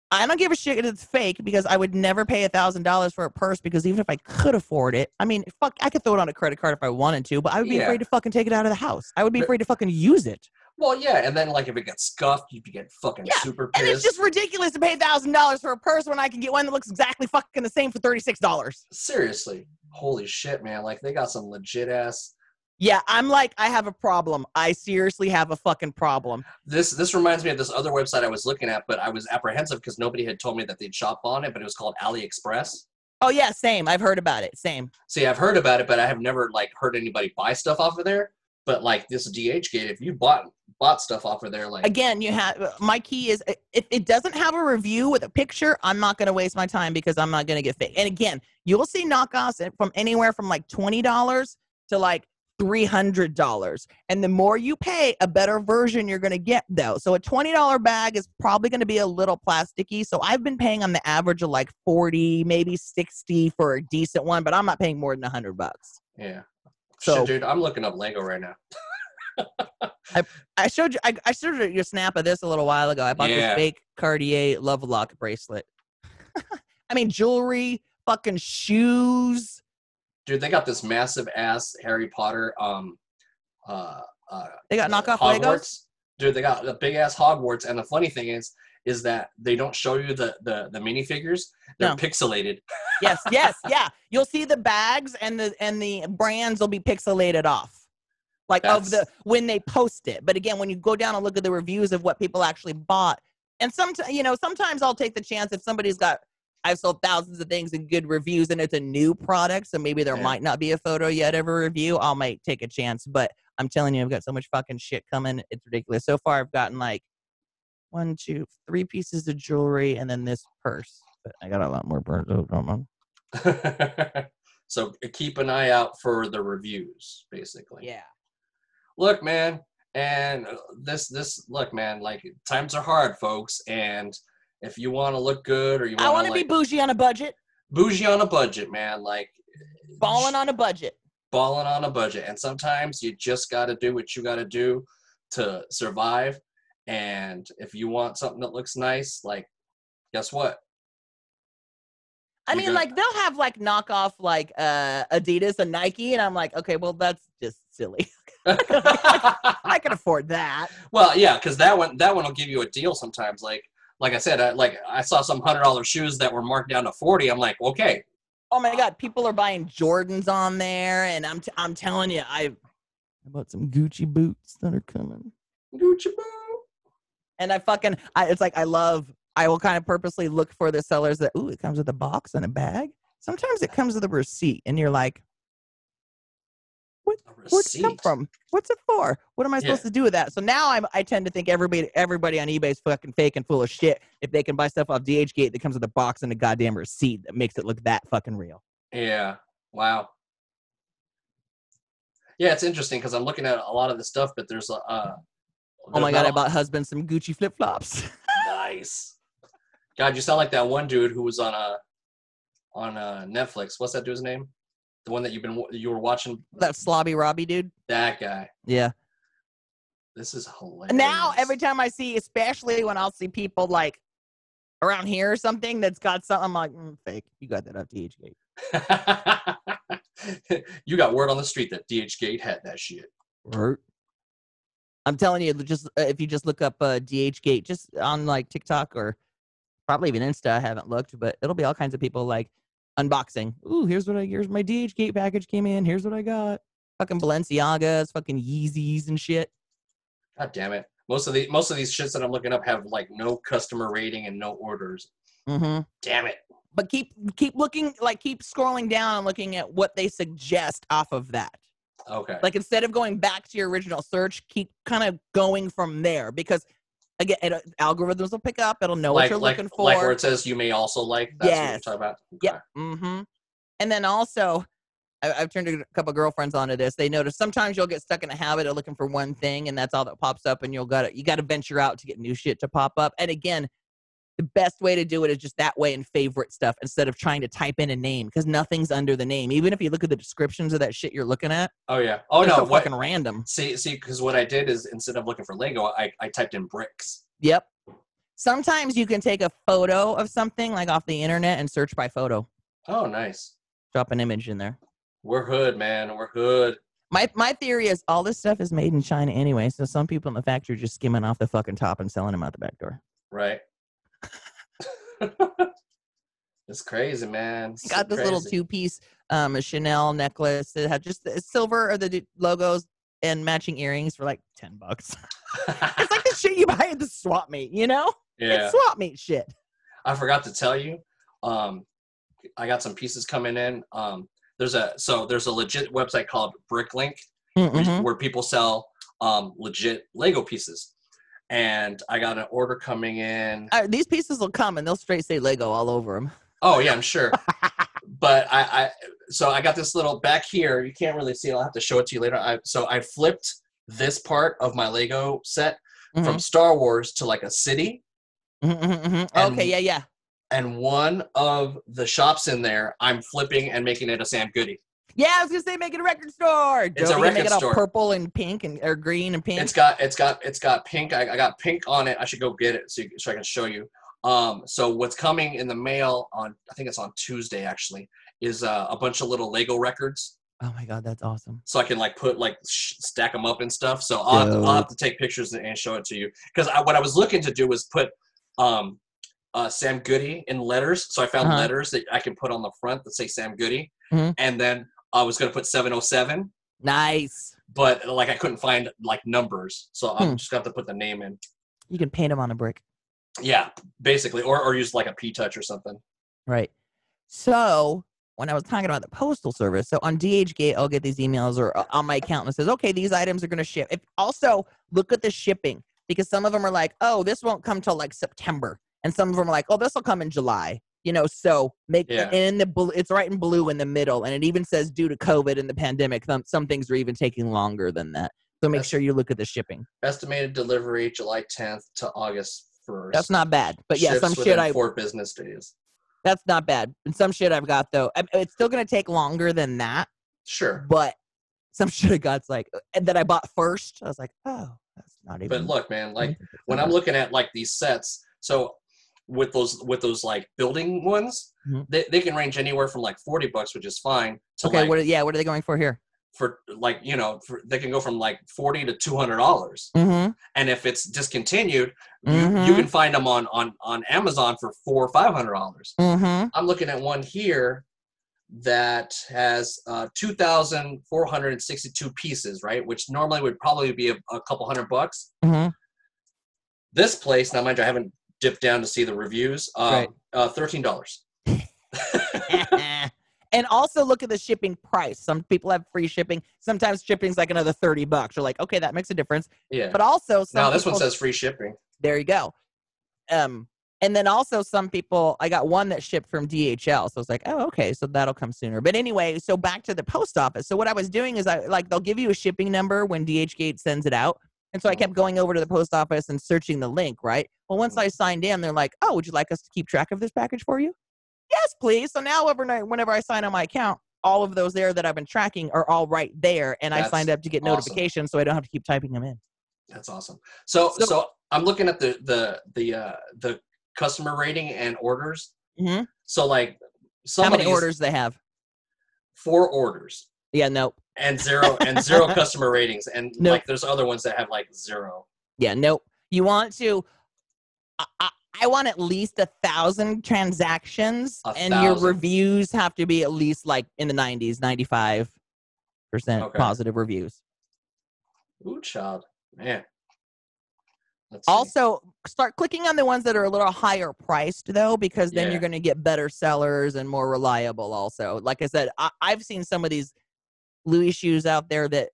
A: I don't give a shit if it's fake because I would never pay thousand dollars for a purse because even if I could afford it, I mean, fuck, I could throw it on a credit card if I wanted to, but I would be
B: Yeah.
A: afraid to fucking take it out of the house. I would be
B: But-
A: afraid to fucking use it.
B: Well, yeah, and then like if it gets scuffed, you could get fucking
A: Yeah,
B: super pissed.
A: And it's just ridiculous to pay thousand dollars for a purse when I can get one that looks exactly fucking the same for thirty six dollars.
B: Seriously. Holy shit, man. Like they got some legit ass
A: Yeah, I'm like, I have a problem. I seriously have a fucking problem.
B: this this reminds me of this other website I was looking at, but I was apprehensive because nobody had told me that they'd shop on it, but it was called AliExpress.
A: Oh yeah, same. I've heard about it. Same.
B: See, I've heard about it, but I have never like heard anybody buy stuff off of there. But like this DH gate, if you bought bought stuff off of there, like
A: Again, you have my key is if it doesn't have a review with a picture, I'm not going to waste my time because I'm not going to get fake. And again, you'll see knockoffs at- from anywhere from like twenty dollars to like three hundred dollars. And the more you pay, a better version you're going to get though. So a twenty dollar bag is probably going to be a little plasticky. So I've been paying on the average of like forty, maybe sixty for a decent one, but I'm not paying more than a hundred bucks.
B: yeah.
A: So-
B: shit, dude, I'm looking up Lego right now.
A: I showed you. I, I showed you your snap of this a little while ago. I bought
B: Yeah.
A: this fake Cartier love lock bracelet. I mean, jewelry, fucking shoes.
B: Dude, they got this massive ass Harry Potter um uh uh
A: They got knockoff Legos.
B: Hogwarts. Dude, they got the big ass Hogwarts, and the funny thing is, is that they don't show you the the the minifigures. They're
A: No.
B: pixelated.
A: Yes, yes, yeah. You'll see the bags and the and the brands will be pixelated off, like of the
B: That's-
A: when they post it. But again, when you go down and look at the reviews of what people actually bought, and sometimes you know sometimes I'll take the chance if somebody's got. I've sold thousands of things and good reviews, and it's a new product, so maybe there
B: Yeah.
A: might not be a photo yet of a review. I might take a chance, but I'm telling you, I've got so much fucking shit coming. It's ridiculous. So far, I've gotten like one, two, three pieces of jewelry, and then this purse. But I got a lot more burnt. Oh, come on.
B: so uh, keep an eye out for the reviews, basically.
A: Yeah.
B: Look, man, and uh, this this look, man, like times are hard, folks, and if you want to look good or you
A: I
B: want
A: want
B: to
A: to
B: like,
A: be bougie on a budget,
B: bougie on a budget, man, like
A: balling on a budget.
B: balling on a budget. And sometimes you just got to do what you got to do to survive. And if you want something that looks nice, like, guess what?
A: I
B: You
A: mean,
B: got-
A: like they'll have like knockoff like uh Adidas and Nike, and I'm like, okay, well that's just silly. I can afford that.
B: well, yeah, because that one that one will give you a deal sometimes. Like, like I said, I, like I saw some hundred dollar shoes that were marked down to forty. I'm like, okay,
A: Oh my god, people are buying Jordans on there, and I'm t- I'm telling you, I I bought some Gucci boots that are coming,
B: Gucci boo.
A: and I fucking I, it's like I love. I will kind of purposely look for the sellers that ooh, it comes with a box and a bag. Sometimes it comes with a receipt, and you're like,
B: A
A: where'd it come
B: receipt.
A: from? What's it for? What am I supposed to do with that? So now I'm I tend to think everybody everybody on eBay's fucking fake and full of shit if they can buy stuff off DHgate that comes with a box and a goddamn receipt that makes it look that fucking real.
B: Yeah. Wow. Yeah, it's interesting because I'm looking at a lot of the stuff, but there's a. Uh,
A: Oh my
B: there's
A: god, I
B: not
A: bought husband some Gucci flip flops.
B: nice. God, you sound like that one dude who was on a on a Netflix. What's that dude's name? The one that you've been wa- you were watching.
A: that slobby Robbie dude.
B: That guy.
A: Yeah.
B: This is hilarious.
A: And now every time I see, especially when I'll see people like around here or something that's got something, I'm like, mm, fake. You got that off DHgate.
B: you got word on the street that DH Gate had that shit.
A: Right. I'm telling you, just uh, if you just look up uh, DHgate, just on like TikTok or probably even Insta. I haven't looked, but it'll be all kinds of people like unboxing. Ooh, here's what I here's my DHgate package came in. Here's what I got. Fucking Balenciagas, fucking Yeezys and shit.
B: God damn it. Most of the most of these shits that I'm looking up have like no customer rating and no orders.
A: Mm-hmm.
B: Damn it.
A: but keep keep looking like keep scrolling down and looking at what they suggest off of that
B: Okay.
A: like instead of going back to your original search keep kind of going from there because again it, uh, algorithms will pick up it'll know what
B: like,
A: you're
B: like,
A: looking for
B: like where it says you may also like. That's
A: Yes.
B: what you're talking about. Okay.
A: yeah mm-hmm and then also I, i've turned a couple girlfriends onto this they notice sometimes you'll get stuck in a habit of looking for one thing and that's all that pops up and you'll gotta you gotta venture out to get new shit to pop up and again the best way to do it is just that way and favorite stuff instead of trying to type in a name because nothing's under the name. Even if you look at the descriptions of that shit you're looking at,
B: Oh yeah. Oh
A: they're
B: no.
A: so
B: What,
A: fucking random.
B: see, see, because what I did is instead of looking for Lego, I, I typed in bricks.
A: Yep. Sometimes you can take a photo of something like off the internet and search by photo.
B: Oh, nice.
A: Drop an image in there.
B: We're hood, man. We're hood.
A: My my theory is all this stuff is made in China anyway, so some people in the factory are just skimming off the fucking top and selling them out the back door.
B: Right. it's crazy, man. It's so
A: got this little
B: crazy.
A: two piece um Chanel necklace that had just the silver or the d- logos and matching earrings for like ten bucks. It's like the shit you buy at the swap meet, you know?
B: yeah.
A: It's swap meet shit.
B: I forgot to tell you. Um, I got some pieces coming in. Um, there's a so there's a legit website called Bricklink which-
A: Mhm.
B: where people sell um, legit Lego pieces. And I got an order coming in.
A: Uh, these pieces will come and they'll straight say Lego all over them.
B: Oh yeah, I'm sure. but I, I so I got this little back here. You can't really see. it. I'll have to show it to you later. I, so I flipped this part of my Lego set from Star Wars to like a city, And-
A: Mm-hmm, Okay, yeah, yeah.
B: and one of the shops in there, I'm flipping and making it a Sam Goody.
A: Yeah, I was gonna say make it a record store.
B: It's a
A: Dope, you can make
B: record
A: it all
B: store.
A: purple and pink and or green and pink.
B: It's got it's got it's got pink. I, I got pink on it. I should go get it so, you, so I can show you. Um, so what's coming in the mail on I think it's on Tuesday actually is uh, a bunch of little Lego records.
A: oh my god, that's awesome.
B: So I can like put like sh- stack them up and stuff. So I'll, have to, I'll have
A: Dope.
B: to take pictures and- and show it to you because I, what I was looking to do was put um, uh, Sam Goody in letters. So I found
A: Uh-huh.
B: letters that I can put on the front that say Sam Goody,
A: Mhm.
B: and then I was gonna put seven oh seven
A: Nice.
B: but like I couldn't find like numbers, so I'm
A: Hmm.
B: just gonna have to put the name in.
A: You can paint them on a brick.
B: Yeah, basically, or or use like a P touch or something.
A: Right. So when I was talking about the postal service, so on DHgate, I'll get these emails or uh, on my account and it says, okay, these items are going to ship. If also look at the shipping because some of them are like, oh, this won't come till like September, and some of them are like, oh, this will come in July, You know, so make
B: Yeah.
A: and in the bl- it's right in blue in the middle, and it even says due to COVID and the pandemic, some some things are even taking longer than that. So make
B: That's-
A: sure you look at the shipping.
B: Estimated delivery July 10th to August 1st.
A: That's not bad, but yeah,
B: Ships
A: some shit
B: within
A: I
B: four business days.
A: that's not bad, and some shit I've got though. I, it's still gonna take longer than that,
B: Sure,
A: but some shit I got's like and that I bought first. I was like, oh, that's not even.
B: but look, man, like when
A: Yeah.
B: I'm looking at like these sets, so with those with those like building ones,
A: Mhm.
B: they, they can range anywhere from like forty bucks, which is fine, to
A: okay,
B: like
A: what? Are, yeah, what are they going for here?
B: for like you know for, they can go from like forty to two hundred dollars,
A: Mm-hmm.
B: and if it's discontinued, you, you
A: Mhm.
B: can find them on on on Amazon for four or five hundred dollars.
A: Mm-hmm.
B: I'm looking at one here that has uh, 2,462 pieces, right? Which normally would probably be a, a couple hundred bucks.
A: Mm-hmm.
B: This place, now mind you, I haven't dipped down to see the reviews. Um,
A: Right.
B: uh, Thirteen dollars.
A: mm-hmm. and also look at the shipping price. Some people have free shipping. Sometimes shipping's like another 30 bucks. You're like, okay, that makes a difference.
B: Yeah.
A: But also some
B: Now this one
A: people-
B: says free shipping.
A: there you go. Um and then also some people I got one that shipped from DHL. So I was like, oh, okay, so that'll come sooner. But anyway, so back to the post office. So what I was doing is I like they'll give you a shipping number when DHgate sends it out. And so I
B: Mm-hmm.
A: kept going over to the post office and searching the link, right? Well, once I signed in, they're like, "Oh, would you like us to keep track of this package for you?" Yes, please. So now overnight, whenever I sign on my account, all of those there that I've been tracking are all right there, and I
B: That's
A: signed up to get
B: awesome.
A: notifications, so I don't have to keep typing them in.
B: That's awesome. So so,
A: So-
B: I'm looking at the the the uh, the customer rating and orders.
A: hmm
B: So like some
A: How
B: of
A: many
B: these-
A: orders they have?
B: Four orders.
A: Yeah, no,
B: and zero and zero customer ratings and
A: No.
B: like there's other ones that have like zero
A: Yeah, nope. You want to. I, I, I want at least a thousand transactions,
B: A
A: and
B: thousand.
A: your reviews have to be at least like in the nineties, ninety-five percent
B: Okay.
A: positive reviews.
B: ooh child man Let's see.
A: Also, start clicking on the ones that are a little higher priced though, because then
B: Yeah.
A: you're going to get better sellers and more reliable. Also, like I said, I, I've seen some of these Louis shoes out there that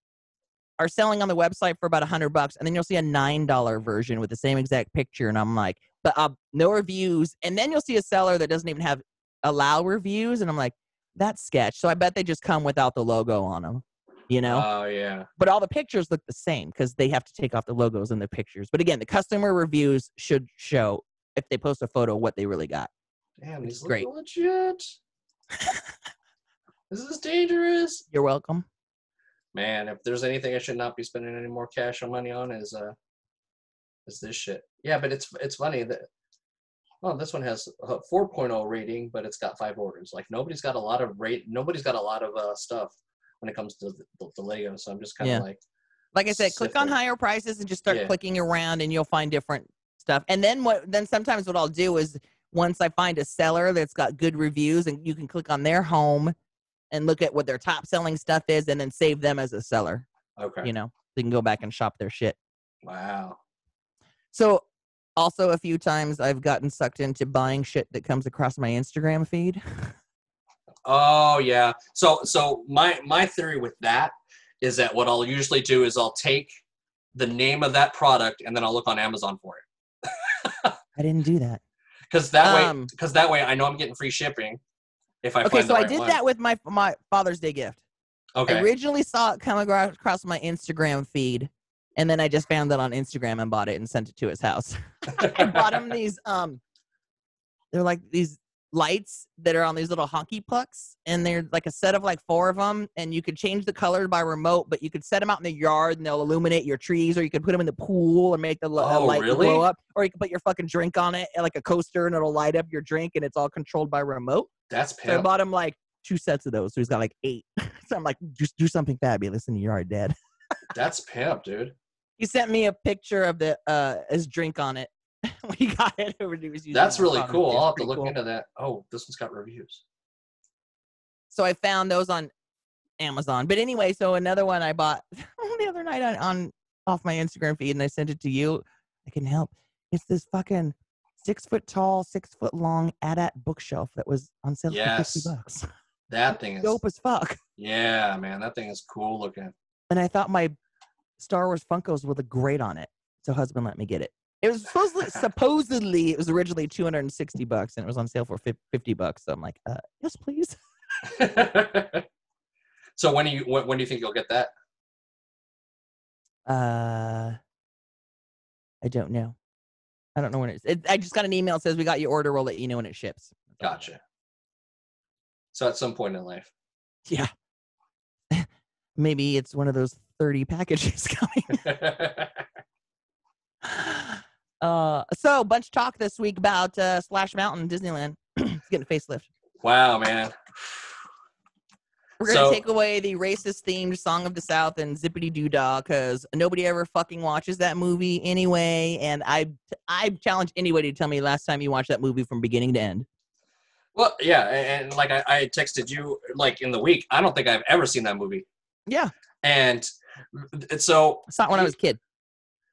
A: are selling on the website for about a hundred bucks, and then you'll see a nine dollar version with the same exact picture, and I'm like, but uh, no reviews, and then you'll see a seller that doesn't even have allow reviews, and I'm like, that's sketch. So I bet they just come without the logo on them, you know
B: oh yeah
A: but all the pictures look the same because they have to take off the logos in the pictures. But again, the customer reviews should show if they post a photo what they really got.
B: damn
A: Which
B: these
A: is
B: look
A: great.
B: legit this is dangerous
A: You're welcome.
B: man if there's anything i should not be spending any more cash or money on is uh is this shit yeah but it's it's funny that Oh, this one has a 4.0 rating, but it's got five orders. Like nobody's got a lot of rate. Nobody's got a lot of uh, stuff when it comes to the, the, the Lego. So I'm just kind of
A: Yeah.
B: like,
A: Like I said, click on
B: Sifting.
A: higher prices and just start
B: Yeah.
A: clicking around, and you'll find different stuff. And then what? Then sometimes what I'll do is once I find a seller that's got good reviews, and you can click on their home and look at what their top selling stuff is, and then save them as a seller.
B: okay,
A: You know, they can go back and shop their shit.
B: Wow.
A: So, also a few times I've gotten sucked into buying shit that comes across my Instagram feed.
B: Oh yeah. So so my my theory with that is that what I'll usually do is I'll take the name of that product and then I'll look on Amazon for it
A: I didn't do that.
B: because that way
A: Um.
B: because that way I know I'm getting free shipping if I
A: okay,
B: find the
A: so I
B: right
A: did
B: one.
A: that with my my Father's Day gift. I
B: Okay.
A: originally saw it come agro- across my Instagram feed, and then I just found it on Instagram and bought it and sent it to his house. I bought him these um, they're like these lights that are on these little hockey pucks, and they're like a set of like four of them, and you could change the color by remote, but you could set them out in the yard and they'll illuminate your trees, or you could put them in the pool and make the li- uh,
B: Oh,
A: light
B: really?
A: glow up, or you could put your fucking drink on it, like a coaster, and it'll light up your drink, and it's all controlled by remote.
B: That's
A: So I
B: pimp.
A: bought him like two sets of those. So he's got like eight. so I'm like, just do something fabulous in your yard, Dad.
B: That's pimp, dude.
A: He sent me a picture of the uh his drink on it. when he got it over to his
B: That's really cool. I'll have to look into that. Oh, this one's got reviews.
A: So I found those on Amazon. But anyway, so another one I bought the other night on, on off my Instagram feed and I sent it to you. I can help. It's this fucking six foot tall, six foot long AT-AT bookshelf that was on sale for
B: Yes.
A: fifty bucks.
B: That thing is
A: Dope as fuck.
B: yeah, man. That thing is cool looking.
A: and I thought my Star Wars Funkos were the great on it. So husband let me get it. It was supposedly supposedly it was originally 260 bucks and it was on sale for fif- 50 bucks. So I'm like, uh, yes, please.
B: so when do you when, when do you think you'll get that?
A: Uh, I don't know. I don't know when it's. It, I just got an email that says we got your order. We'll let you know when it ships.
B: Gotcha. So at some point in life,
A: Yeah. Maybe it's one of those 30 packages coming. Uh, so bunch of talk this week about uh, Splash Mountain Disneyland. it's getting a facelift.
B: wow, man.
A: We're gonna
B: So-
A: take away the racist themed "Song of the South" and "Zippity Doo Dah" because nobody ever fucking watches that movie anyway. And I, I challenge anybody to tell me last time you watched that movie from beginning to end.
B: Well, yeah, and, and like I, I had texted you like in the week. I don't think I've ever seen that movie,
A: Yeah,
B: and and so
A: it's not when I was a kid.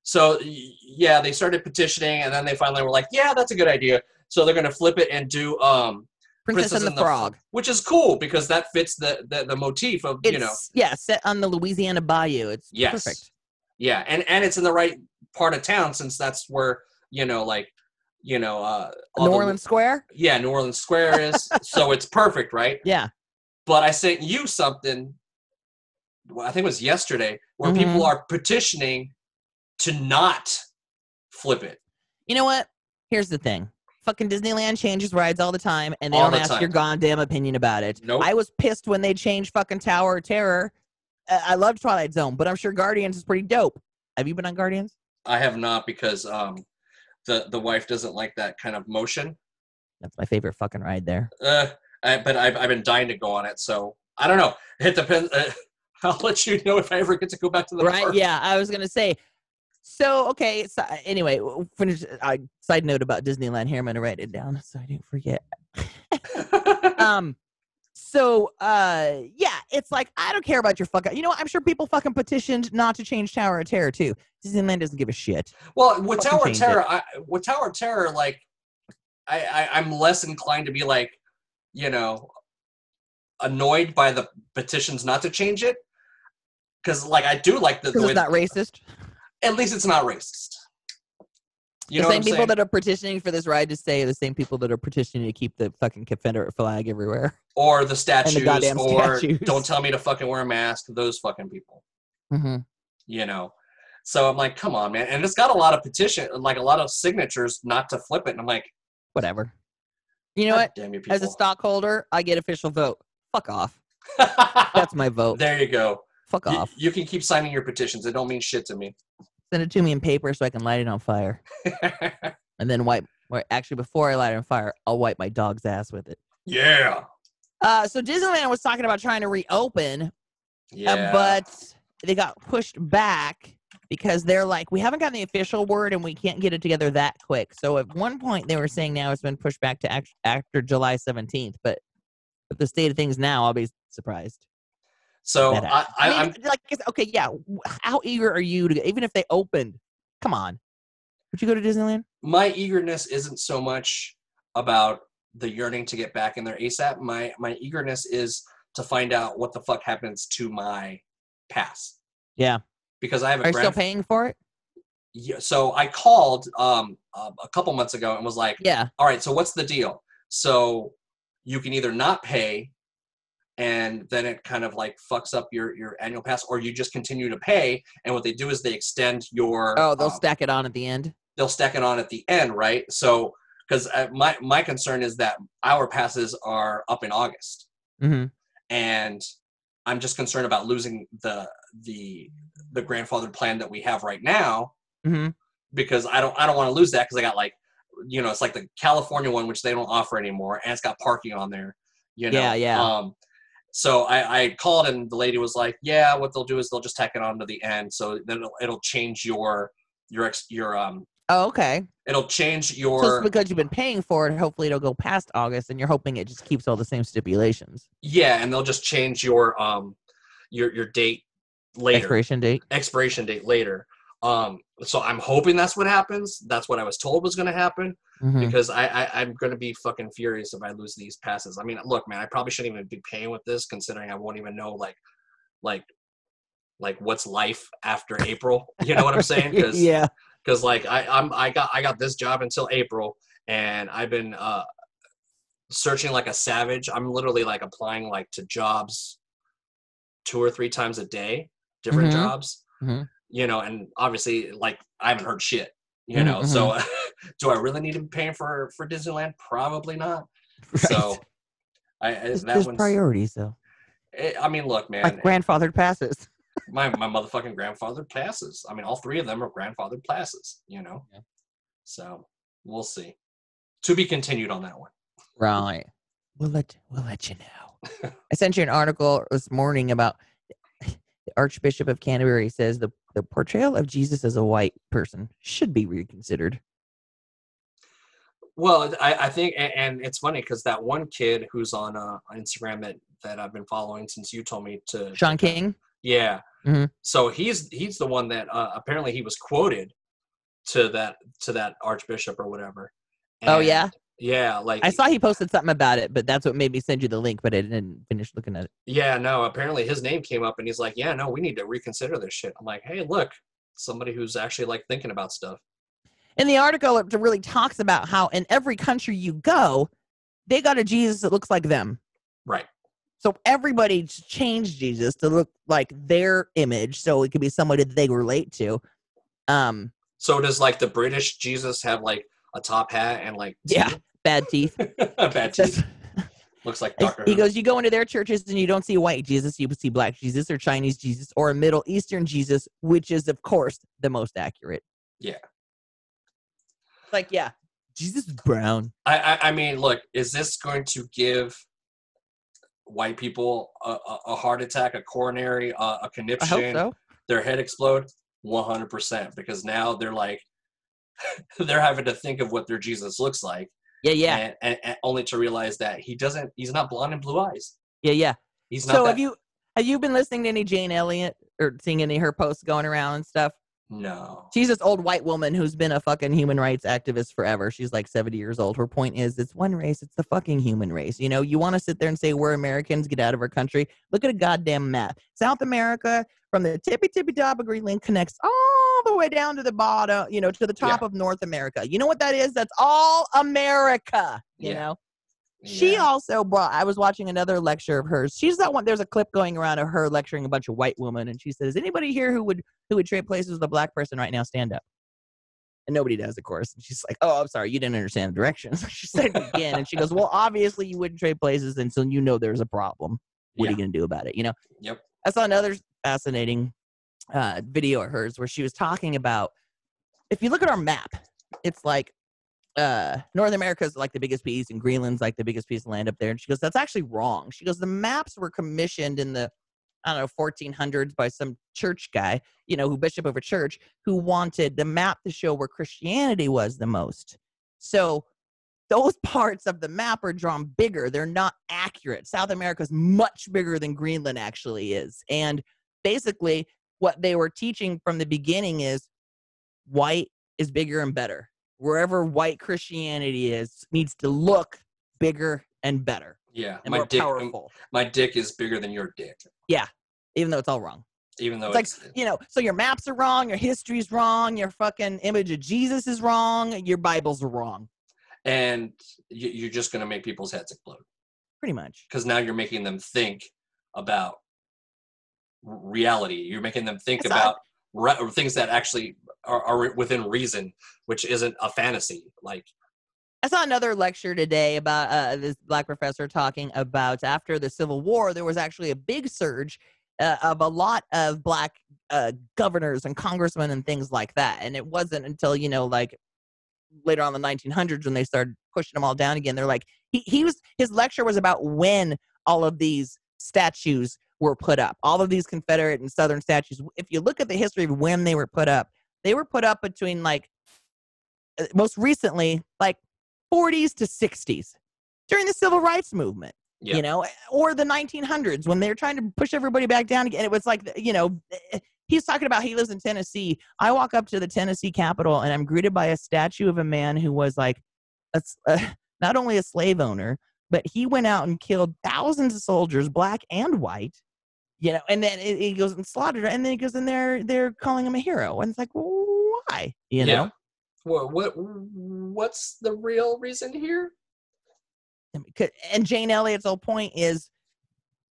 B: So y- yeah, they started petitioning, and then they finally were like, "Yeah, that's a good idea." So they're going to flip it and do um,
A: Princess, and the, Frog.
B: which is cool because that fits the the, the motif of
A: It's
B: you know,
A: yeah, set on the Louisiana Bayou. It's
B: Yes.
A: perfect.
B: yeah, and and it's in the right part of town since that's where you know, like you know, uh, all
A: New
B: the-
A: Orleans Square.
B: yeah, New Orleans Square is, so it's perfect, right?
A: Yeah,
B: But I sent you something. Well, I think it was yesterday where
A: Mhm.
B: people are petitioning to not flip it.
A: you know what? Here's the thing. Fucking Disneyland changes rides all the time, and they
B: All
A: don't
B: the
A: ask
B: time.
A: your goddamn opinion about it.
B: Nope.
A: I was pissed when they changed fucking Tower of Terror. Uh, I love Twilight Zone, but I'm sure Guardians is pretty dope. Have you been on Guardians?
B: I have not because um, the the wife doesn't like that kind of motion.
A: That's my favorite fucking ride there.
B: Uh, I, but I've I've been dying to go on it, so I don't know. It depends. Uh, I'll let you know if I ever get to go back to the
A: Right?
B: park.
A: Yeah, I was gonna say. So okay. So anyway, w- finish. I side note about Disneyland here. I'm gonna write it down so I don't forget. um so uh yeah it's like i don't care about your fuck you know what? i'm sure people fucking petitioned not to change tower of terror too disneyland doesn't give a shit
B: well, with
A: Fucking
B: Tower of
A: change
B: Terror, I, with Tower of Terror, like I, I I'm less inclined to be like, you know, annoyed by the petitions not to change it because like I do like the, the
A: because
B: way
A: it's not racist
B: at least it's not racist. You
A: the
B: know what
A: same
B: I'm
A: people
B: saying?
A: that are petitioning for this ride to stay are the same people that are petitioning to keep the fucking confederate flag everywhere
B: or the statues
A: goddamn
B: or
A: statues.
B: don't tell me to fucking wear a mask those fucking people
A: mm-hmm.
B: you know so i'm like come on man and it's got a lot of petition like a lot of signatures not to flip it and i'm like
A: whatever you know
B: "God
A: what
B: damn you people
A: as a stockholder i get official vote fuck off that's my vote
B: there you go
A: fuck
B: You,
A: off
B: you can keep signing your petitions it don't mean shit to me
A: send it to me in paper so i can light it on fire and then wipe or actually before i light it on fire i'll wipe my dog's ass with it
B: yeah
A: Uh, so Disneyland was talking about trying to reopen,
B: yeah
A: uh, but they got pushed back because they're like, we haven't gotten the official word and we can't get it together that quick. So at one point they were saying now it's been pushed back to act- after July 17th, but with the state of things now, I'll be surprised.
B: so
A: Better.
B: I, I,
A: mean,
B: i'm
A: like, it's- okay, yeah. w- How eager are you to even if they opened? Come on, would you go to Disneyland?
B: my eagerness isn't so much about the yearning to get back in there asap my my eagerness is to find out what the fuck happens to my past
A: Yeah.
B: because i have a
A: Are you still
B: grandf-
A: paying for it?
B: Yeah, so i called um a a couple months ago and was like
A: Yeah,
B: all right so what's the deal so you can either not pay and then it kind of like fucks up your your annual pass or you just continue to pay and what they do is they extend your
A: oh, they'll
B: um,
A: stack it on at the end.
B: they'll stack it on at the end, right? So, because my my concern is that our passes are up in August,
A: Mm-hmm.
B: and I'm just concerned about losing the the the grandfathered plan that we have right now
A: Mm-hmm.
B: because I don't I don't want to lose that because I got like you know it's like the California one which they don't offer anymore and it's got parking on there, you know.
A: Yeah, yeah.
B: Um, so I, I called and the lady was like, "Yeah, what they'll do is they'll just tack it on to the end, so then it'll, it'll change your your ex, your um
A: Oh, okay.
B: it'll change
A: So
B: your
A: it's because you've been paying for it. Hopefully, it'll go past August, and you're hoping it just keeps all the same stipulations.
B: Yeah, and they'll just change your um your your date later. Expiration,
A: Expiration date.
B: date later. Um so I'm hoping that's what happens. That's what I was told was gonna happen
A: Mhm.
B: because I, I I'm gonna be fucking furious if I lose these passes. I mean look man, I probably shouldn't even be paying with this considering I won't even know like like like what's life after April. You know what I'm saying? Because
A: yeah,
B: because like I I'm I got I got this job until April, and I've been uh, searching like a savage. I'm literally like applying like to jobs two or three times a day, different
A: Mhm.
B: jobs.
A: Mhm.
B: You know, and obviously like I haven't heard shit. You
A: Mhm,
B: know, so do I really need to be paying for for Disneyland? Probably not. So I, I
A: It's
B: that
A: just
B: one's.
A: priorities, though.
B: eh, I mean, look, man.
A: Like grandfathered passes.
B: my my motherfucking grandfather passes. I mean, all three of them are grandfathered passes. You know,
A: Yeah.
B: so we'll see. To be continued on that one.
A: Right. We'll let we'll let you know. I sent you an article this morning about the Archbishop of Canterbury says the, the portrayal of Jesus as a white person should be reconsidered.
B: Well, I, I think, and, and it's funny because that one kid who's on uh, on Instagram that that I've been following since you told me to.
A: Sean King.
B: Yeah.
A: Mhm.
B: So he's he's the one that uh, apparently he was quoted to that to that archbishop or whatever.
A: Oh, yeah?
B: Yeah, like
A: I saw he posted something about it, but that's what made me send you the link, but I didn't finish looking at it.
B: Yeah, no, apparently his name came up and he's like, Yeah, no, we need to reconsider this shit. I'm like, Hey, look, somebody who's actually like thinking about stuff.
A: In the article, it really talks about how in every country you go, they got a Jesus that looks like them.
B: Right.
A: So everybody ch- changed Jesus to look like their image, so it could be somebody that they relate to. Um,
B: So does like the British Jesus have like a top hat and like
A: yeah, bad teeth.
B: bad
A: That's-
B: teeth? Looks like Doctor
A: he goes, you go into their churches and you don't see white Jesus, you see black Jesus or Chinese Jesus or a Middle Eastern Jesus, which is of course the most accurate.
B: Yeah.
A: Like yeah, Jesus is brown.
B: I, I I mean, look, is this going to give white people a, a, a heart attack, a coronary, a, a
A: I hope
B: conniption,
A: so.
B: their head explode? One hundred percent, because now they're like they're having to think of what their Jesus looks like.
A: Yeah, yeah,
B: and, and, and only to realize that he doesn't he's not blonde and blue eyes
A: yeah, yeah.
B: he's not
A: So
B: that,
A: have you have you been listening to any Jane Elliott or seeing any of her posts going around and stuff?
B: no
A: She's this old white woman who's been a fucking human rights activist forever. She's like 70 years old. Her point is it's one race, it's the fucking human race. You know, you want to sit there and say we're Americans, get out of our country. Look at a goddamn map. South America from the tippy tippy top of Greenland connects all the way down to the bottom, you know, to the top of North America. You know what that is? That's all America, you
B: Yeah.
A: know? She
B: Yeah.
A: also brought. I was watching another lecture of hers. She's that one. There's a clip going around of her lecturing a bunch of white women, and she says, "Anybody here who would who would trade places with a black person right now, stand up." And nobody does, of course. And she's like, "Oh, I'm sorry, you didn't understand the directions." she said it again, and she goes, "Well, obviously you wouldn't trade places, and so you know there's a problem. What are
B: Yeah.
A: you going to do about it?" You know.
B: Yep.
A: I saw another fascinating uh, video of hers where she was talking about if you look at our map, it's like uh, North America is like the biggest piece, and Greenland's like the biggest piece of land up there. And she goes, "That's actually wrong." She goes, "The maps were commissioned in the, I don't know, 1400s by some church guy, you know, who bishop of a church, who wanted the map to show where Christianity was the most. So those parts of the map are drawn bigger. They're not accurate. South America's much bigger than Greenland actually is, and basically, what they were teaching from the beginning is white is bigger and better wherever white Christianity is needs to look bigger and better
B: yeah
A: and
B: my
A: more
B: dick
A: powerful,
B: my dick is bigger than your dick
A: even though it's all wrong.
B: even though
A: It's like
B: it's,
A: you know, so your maps are wrong, your history's wrong, your fucking image of Jesus is wrong, your Bibles are wrong,
B: and you, you're just going to make people's heads explode
A: pretty much.
B: because now you're making them think about r- reality you're making them think
A: It's not-
B: about re- or things that actually are, are within reason which isn't a fantasy like
A: I saw another lecture today about uh, this black professor talking about after the Civil War, there was actually a big surge uh, of a lot of black uh, governors and congressmen and things like that. And it wasn't until, you know, like later on in the 1900s when they started pushing them all down again. They're like, he, he was, his lecture was about when all of these statues were put up, all of these Confederate and Southern statues. If you look at the history of when they were put up, they were put up between like, uh, most recently, like 40s to 60s during the civil rights movement
B: yeah
A: you know or the 1900s when they're trying to push everybody back down again it was like you know eh, he's talking about he lives in tennessee i walk up to the tennessee capitol and i'm greeted by a statue of a man who was like a s uh, not only a slave owner but he went out and killed thousands of soldiers black and white you know and then it- he goes and slaughtered and then he goes in there they're calling him a hero and it's like what why? You know,
B: What, what what's the real reason here?
A: I mean, 'cause- and Jane Elliott's whole point is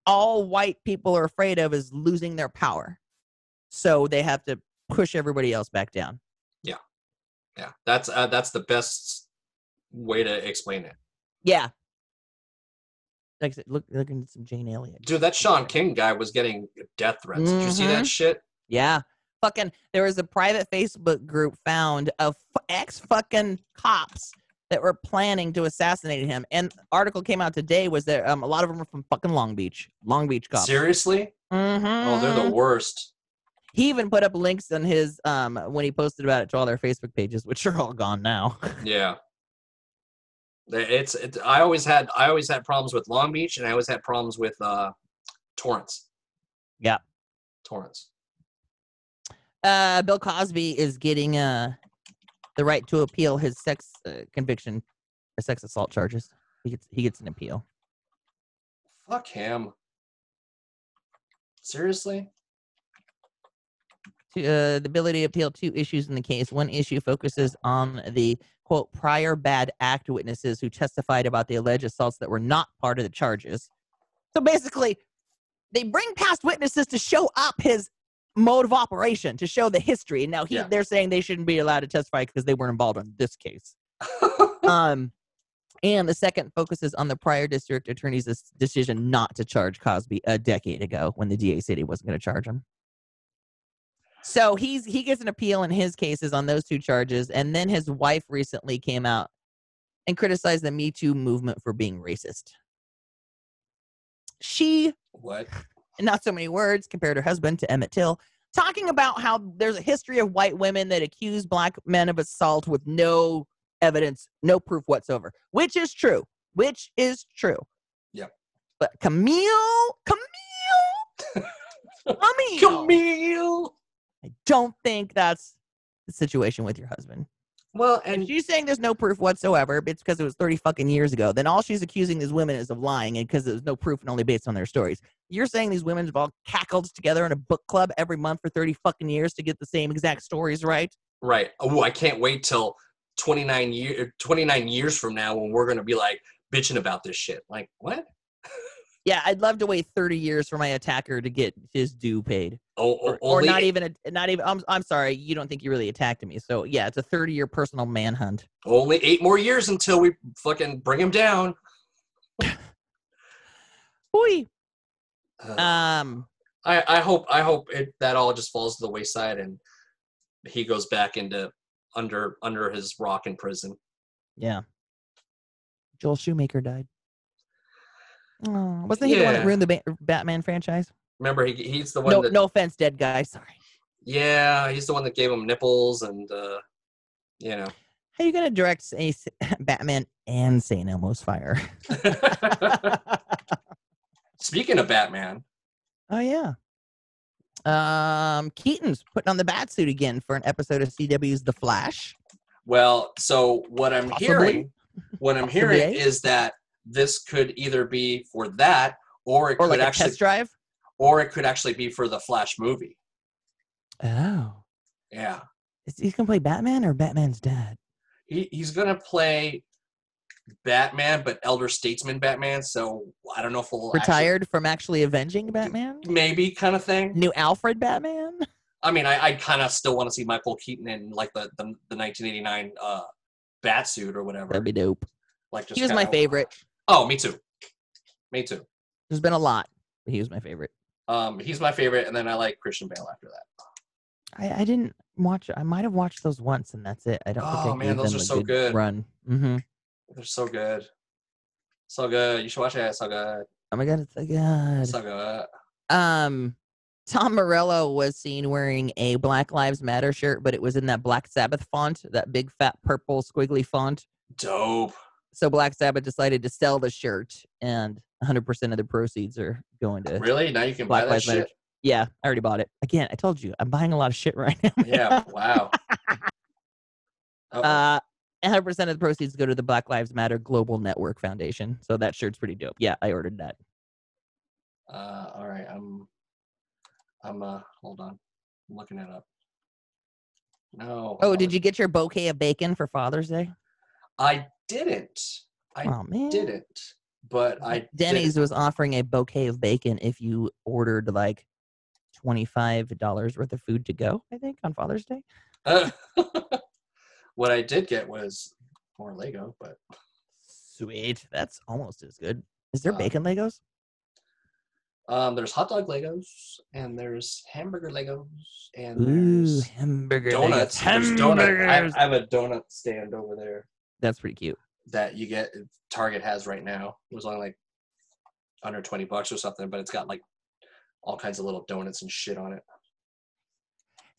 A: all white people are afraid of is losing their power, so they have to push everybody else back down.
B: Yeah, that's uh, that's the best way to explain it.
A: Yeah. Like I said, look, looking at some Jane Elliott.
B: Dude, that Sean King guy was getting death threats. Did you see
A: Mm-hmm.
B: that shit?
A: Yeah. Fucking, there was a private Facebook group found of f- ex fucking cops that were planning to assassinate him. And the article came out today was that um, a lot of them were from fucking Long Beach. Long Beach cops.
B: Seriously?
A: Mm-hmm.
B: Oh, they're the worst.
A: he even put up links on his um when he posted about it to all their Facebook pages, which are all gone now.
B: Yeah. It's, it's I always had I always had problems with Long Beach and I always had problems with uh Torrance.
A: Yeah.
B: Torrance.
A: Uh, Bill Cosby is getting uh the right to appeal his sex uh, conviction, or sex assault charges. He gets he gets an appeal.
B: Fuck him. Seriously?
A: To, uh, the ability to appeal two issues in the case. One issue focuses on the quote prior bad act witnesses who testified about the alleged assaults that were not part of the charges. So basically, they bring past witnesses to show up his mode of operation to show the history. And now he,
B: Yeah.
A: they're saying they shouldn't be allowed to testify because they weren't involved in this case. um, and the second focuses on the prior district attorney's des- decision not to charge Cosby a decade ago when the DA said he wasn't going to charge him. So he's he gets an appeal in his cases on those two charges, and then his wife recently came out and criticized the Me Too movement for being racist. She
B: what?
A: in not so many words, compared her husband to Emmett Till, talking about how there's a history of white women that accuse black men of assault with no evidence, no proof whatsoever, which is true, which is true.
B: Yep.
A: But Camille, Camille, Camille,
B: Camille.
A: I don't think that's the situation with your husband.
B: Well,
A: And
B: and
A: she's saying there's no proof whatsoever, but it's because it was 30 fucking years ago. Then all she's accusing these women is of lying and because there's no proof and only based on their stories. You're saying these women have all cackled together in a book club every month for 30 fucking years to get the same exact stories right?
B: Right. Oh, I can't wait till 29 year 29 years from now when we're going to be like bitching about this shit. Like, what?
A: Yeah, I'd love to wait 30 years for my attacker to get his due paid.
B: Oh,
A: Or,
B: o-
A: or
B: only-
A: not e-, even, a, not even, I'm, I'm sorry, you don't think you really attacked me. So yeah, it's a 30 year personal manhunt.
B: only 8 more years until we fucking bring him down.
A: Oi.
B: Ugh.
A: Um,
B: Uh, I I hope I hope it, that all just falls to the wayside and he goes back into under under his rock in prison.
A: Yeah. Joel Shoemaker died. Oh, wasn't he the one that
B: Yeah.
A: ruined the ba- Batman franchise?
B: Remember he he's the one
A: No,
B: that
A: no offense, dead guy. Sorry.
B: yeah, he's the one that gave him nipples and uh you know.
A: How are you gonna direct a s- Batman and St. Elmo's Fire?
B: Speaking of Batman,
A: Oh yeah. Um, Keaton's putting on the bat suit again for an episode of CW's The Flash.
B: Well, so what I'm
A: Possibly.
B: hearing, what I'm
A: Possibly.
B: hearing is that this could either be for that, or it
A: Or
B: could
A: like a
B: actually,
A: test drive.
B: or it could actually be for the Flash movie.
A: Oh.
B: Yeah,
A: Is he's gonna play Batman or Batman's dad?
B: he, he's gonna play Batman, but elder statesman Batman. So I don't know if we'll actually-
A: Retired from actually avenging Batman?
B: maybe kind of thing.
A: New Alfred Batman?
B: I mean, I, I kind of still want to see Michael Keaton in like the the, the 1989 uh, Batsuit or whatever.
A: That'd be dope.
B: Like just
A: He was my
B: kinda-
A: favorite.
B: Oh, me too. Me too.
A: There's been a lot, but he was my favorite.
B: Um, he's my favorite, and then I like Christian Bale after that.
A: I, I didn't watch. I might have watched those once, and that's it. I don't.
B: Oh,
A: think I
B: man,
A: gave
B: those
A: them
B: are
A: a
B: so good.
A: Run. Mm-hmm.
B: They're so good. So good. You should watch it. So good.
A: Oh my god, it's so good.
B: So good.
A: Um, Tom Morello was seen wearing a Black Lives Matter shirt, but it was in that Black Sabbath font, that big fat purple squiggly font.
B: Dope.
A: So Black Sabbath decided to sell the shirt, and 100% of the proceeds are going to.
B: Really? Now you can
A: Black
B: buy that
A: Lives Matter.
B: shit?
A: Yeah, I already bought it. Again, I told you, I'm buying a lot of shit right now.
B: Yeah. Wow. Oh,
A: Uh, 100% of the proceeds go to the Black Lives Matter Global Network Foundation. So that shirt's pretty dope. Yeah, I ordered that.
B: uh, all right. I'm. I'm. Uh. Hold on. I'm looking it up. No.
A: Oh, did you get your bouquet of bacon for Father's Day?
B: I didn't. I
A: oh man,
B: Didn't. But I did-
A: Denny's was offering a bouquet of bacon if you ordered like twenty five dollars worth of food to go. I think on Father's Day.
B: what I did get was more Lego, but
A: Sweet, that's almost as good. Is there
B: Uh,
A: bacon Legos?
B: um, there's hot dog Legos and there's hamburger Legos and
A: Ooh,
B: there's
A: hamburger
B: donuts.
A: Legos.
B: There's donut. I have,
A: Hamburgers.
B: I have a donut stand over there
A: that's pretty cute.
B: that you get. Target has right now. It was only like under twenty bucks or something, but it's got like all kinds of little donuts and shit on it.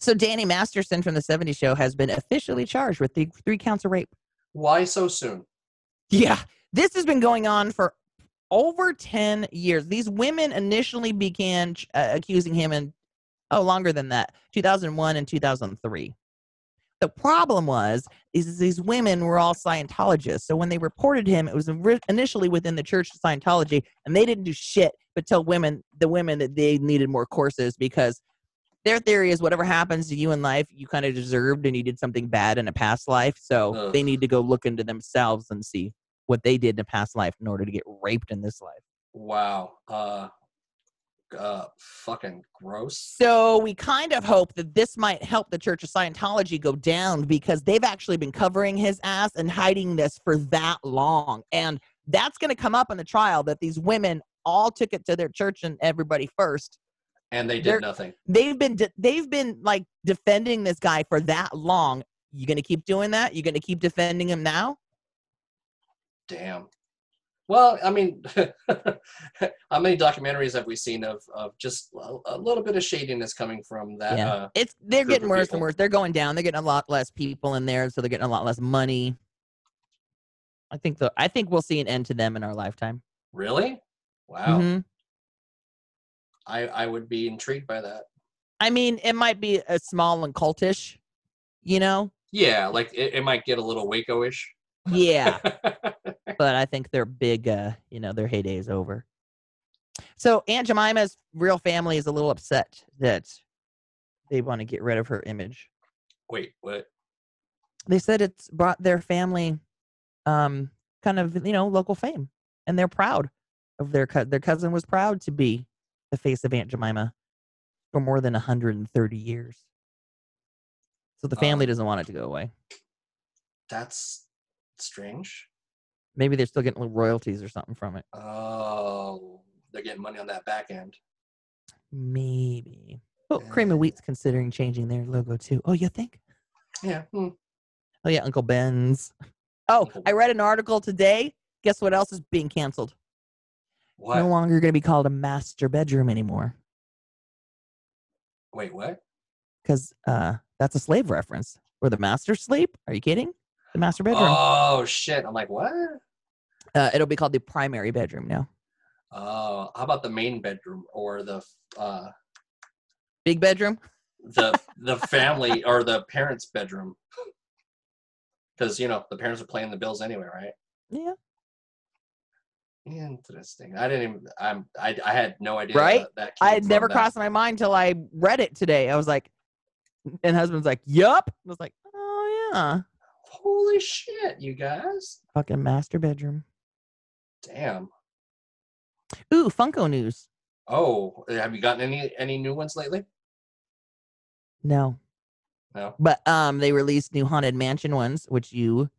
A: So Danny Masterson from the '70s Show has been officially charged with the three counts of rape.
B: Why so soon?
A: Yeah. This has been going on for over 10 years. These women initially began uh, accusing him in, oh, longer than that, 2001 and 2003. The problem was is these women were all Scientologists. So when they reported him, it was ri- initially within the Church of Scientology, and they didn't do shit but tell women, the women, that they needed more courses because their theory is whatever happens to you in life, you kind of deserved, and you did something bad in a past life. So
B: Ugh.
A: they need to go look into themselves and see what they did in a past life in order to get raped in this life.
B: Wow. Uh, uh, fucking gross.
A: So we kind of hope that this might help the Church of Scientology go down because they've actually been covering his ass and hiding this for that long. And that's going to come up in the trial that these women all took it to their church and everybody first.
B: And they
A: They're-
B: did nothing.
A: They've been de- they've been like defending this guy for that long. You going to keep doing that? You going to keep defending him now?
B: Damn. Well, I mean, how many documentaries have we seen of, of just a, a little bit of shadiness coming from that?
A: Yeah.
B: Uh,
A: It's they're
B: Group
A: getting
B: of
A: worse
B: people.
A: and worse. They're going down. They're getting a lot less people in there, so they're getting a lot less money. I think the I think we'll see an end to them in our lifetime.
B: really? Wow.
A: Mhm.
B: I, I would be intrigued by that.
A: I mean, it might be a small and cultish, you know?
B: Yeah, like it, it might get a little Waco ish.
A: Yeah. but I think their big, uh, you know, their heyday is over. So Aunt Jemima's real family is a little upset that they want to get rid of her image.
B: Wait, what?
A: They said it's brought their family um, kind of, you know, local fame. And they're proud of their cousin. Their cousin was proud to be the face of Aunt Jemima for more than 130 years. So the family
B: Um,
A: doesn't want it to go away.
B: That's strange.
A: Maybe they're still getting royalties or something from it.
B: Oh, they're getting money on that back end.
A: Maybe. Oh, Cream
B: Uh,
A: of Wheat's considering changing their logo too. Oh, you think?
B: Yeah. hmm.
A: Oh yeah, Uncle Ben's. Oh,
B: Uncle
A: I read an article today. Guess what else is being canceled?
B: What?
A: No longer going to be called a master bedroom anymore
B: Wait, what?
A: because uh, that's a slave reference. Where the masters sleep? Are you kidding? The master bedroom.
B: Oh, shit. I'm like, what?
A: Uh, it'll be called the primary bedroom now.
B: Oh, how about the main bedroom or the uh,
A: Big bedroom.
B: the the family or the parents' bedroom. Because you know the parents are paying the bills anyway, right?
A: Yeah.
B: Interesting. I didn't even. I'm. I, I had no idea.
A: Right?
B: That, that came
A: I had
B: from
A: never
B: that.
A: crossed my mind till I read it today. I was like, and husband's like, "Yup." I was like, "Oh yeah."
B: Holy shit, you guys!
A: Fucking master bedroom.
B: Damn.
A: Ooh, Funko news.
B: Oh, have you gotten any any new ones lately?
A: No.
B: No.
A: But um they released new Haunted Mansion ones, which you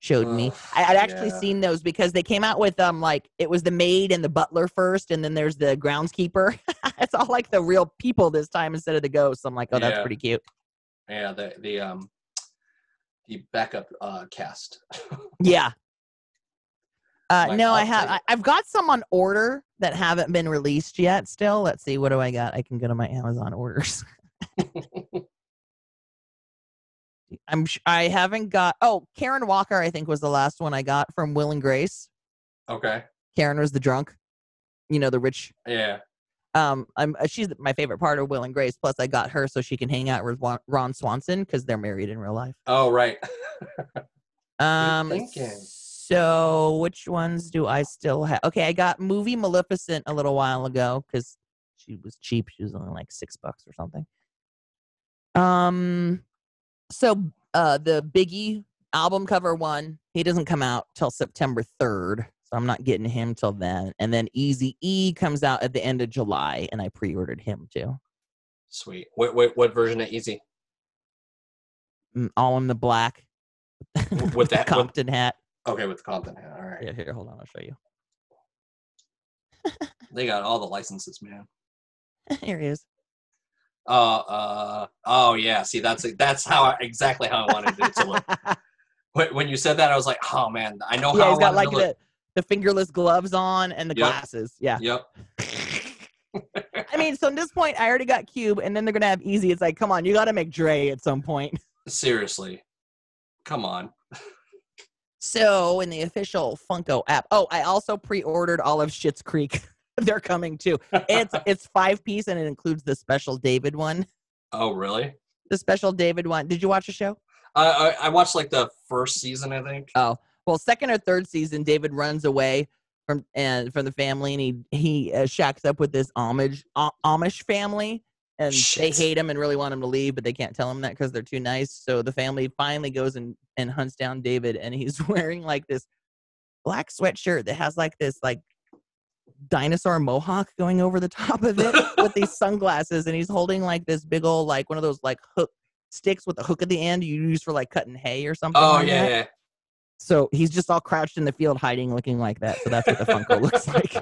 A: showed me.
B: Ugh,
A: I, I'd actually
B: yeah.
A: seen those because they came out with um like it was the maid and the butler first, and then there's the groundskeeper. it's all like the real people this time instead of the ghosts. I'm like, oh, that's
B: Yeah.
A: pretty cute.
B: Yeah, the the um the backup uh cast.
A: Yeah. Uh,
B: Like,
A: no, I
B: I'll
A: have.
B: take
A: I,
B: it.
A: I've got some on order that haven't been released yet. Still, let's see. What do I got? I can go to my Amazon orders. I'm. Sh- I haven't got. Oh, Karen Walker. I think was the last one I got from Will and Grace.
B: okay.
A: Karen was the drunk. You know the rich.
B: Yeah.
A: Um, I'm. uh, She's my favorite part of Will and Grace. Plus, I got her so she can hang out with Wa- Ron Swanson because they're married in real life.
B: Oh right.
A: Um,
B: thinking.
A: so which ones do I still have? Okay, I got movie Maleficent a little while ago because she was cheap. She was only like six bucks or something. Um, so uh, the Biggie album cover one, he doesn't come out till September 3rd. So I'm not getting him till then. And then Easy E comes out at the end of July, and I pre ordered him too.
B: Sweet. What what, what version of Easy?
A: Mm, All in the black.
B: W- with that- with-
A: Compton hat.
B: Okay, with the Compton hat. All right.
A: Yeah, here, hold on. I'll show you.
B: They got all the licenses, man.
A: here he is.
B: Uh, uh, oh yeah. See, that's that's how I- exactly how I wanted it to look. When- when you said that, I was like, oh man, I know
A: yeah,
B: how
A: he's
B: I
A: got
B: wanted
A: like
B: to look.
A: the, the fingerless gloves on and the
B: Yep.
A: glasses. Yeah.
B: Yep.
A: I mean, so at this point, I already got Cube, and then they're gonna have Easy. It's like, come on, you got to make Dre at some point.
B: Seriously, come on.
A: So in the official Funko app. Oh, I also pre-ordered all of Shit's Creek. they're coming too. It's it's five piece, and it includes the special David one.
B: Oh really?
A: The special David one. Did you watch the show?
B: I, I I watched like the first season, I think.
A: Oh, well, second or third season, David runs away from and from the family, and he he uh, shacks up with this Amish uh, Amish family, and they
B: Shit.
A: hate him and really want him to leave, but they can't tell him that because they're too nice. So the family finally goes and and hunts down David, and he's wearing like this black sweatshirt that has like this like dinosaur mohawk going over the top of it with these sunglasses and he's holding like this big old like one of those like hook sticks with a hook at the end you use for like cutting hay or something
B: oh
A: like that.
B: yeah, yeah.
A: So he's just all crouched in the field, hiding, looking like that. So that's what the Funko looks like.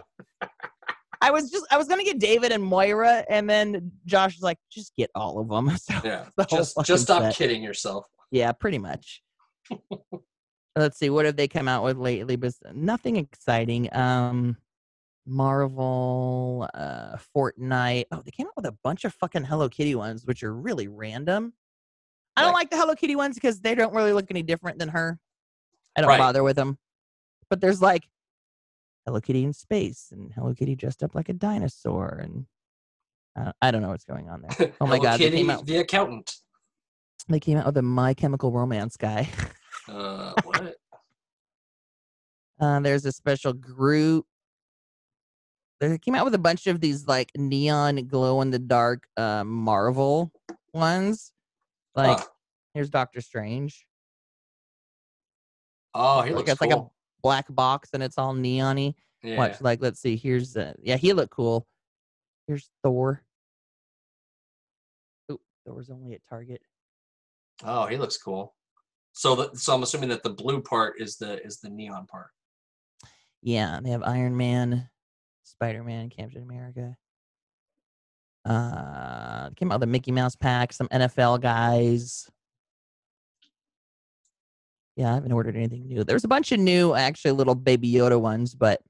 A: I was just, I was gonna get David and Moira, and then Josh was like, "Just get all of them." So
B: Yeah.
A: The whole
B: Just
A: fucking
B: just stop
A: set.
B: kidding yourself.
A: yeah, pretty much. Let's see, what have they come out with lately? But nothing exciting. Um, Marvel, uh, Fortnite. Oh, they came out with a bunch of fucking Hello Kitty ones, which are really random. I don't
B: Like-
A: like the Hello Kitty ones because they don't really look any different than her. I don't
B: Right.
A: bother with them. But there's like Hello Kitty in space and Hello Kitty dressed up like a dinosaur, and uh, I don't know what's going on there. Oh my
B: Hello
A: god, they
B: Kitty,
A: came out.
B: the accountant.
A: They came out with a My Chemical Romance guy.
B: Uh, what?
A: Uh, there's a special group. They came out with a bunch of these like neon glow in the dark uh, Marvel ones. Like
B: Huh.
A: here's Doctor Strange,
B: Oh, he
A: Like,
B: looks
A: it's like a
B: cool.
A: black box, and it's all neony.
B: yeah.
A: Watch, like let's see. Here's uh, yeah, he looked cool. Here's Thor. Oop, Thor's only at Target.
B: Oh, he looks cool. So, the, so I'm assuming that the blue part is the is the neon part.
A: Yeah, they have Iron Man, Spider Man, Captain America. Uh, came out with a Mickey Mouse pack, some NFL guys. Yeah, I haven't ordered anything new. There's a bunch of new, actually, little Baby Yoda ones, but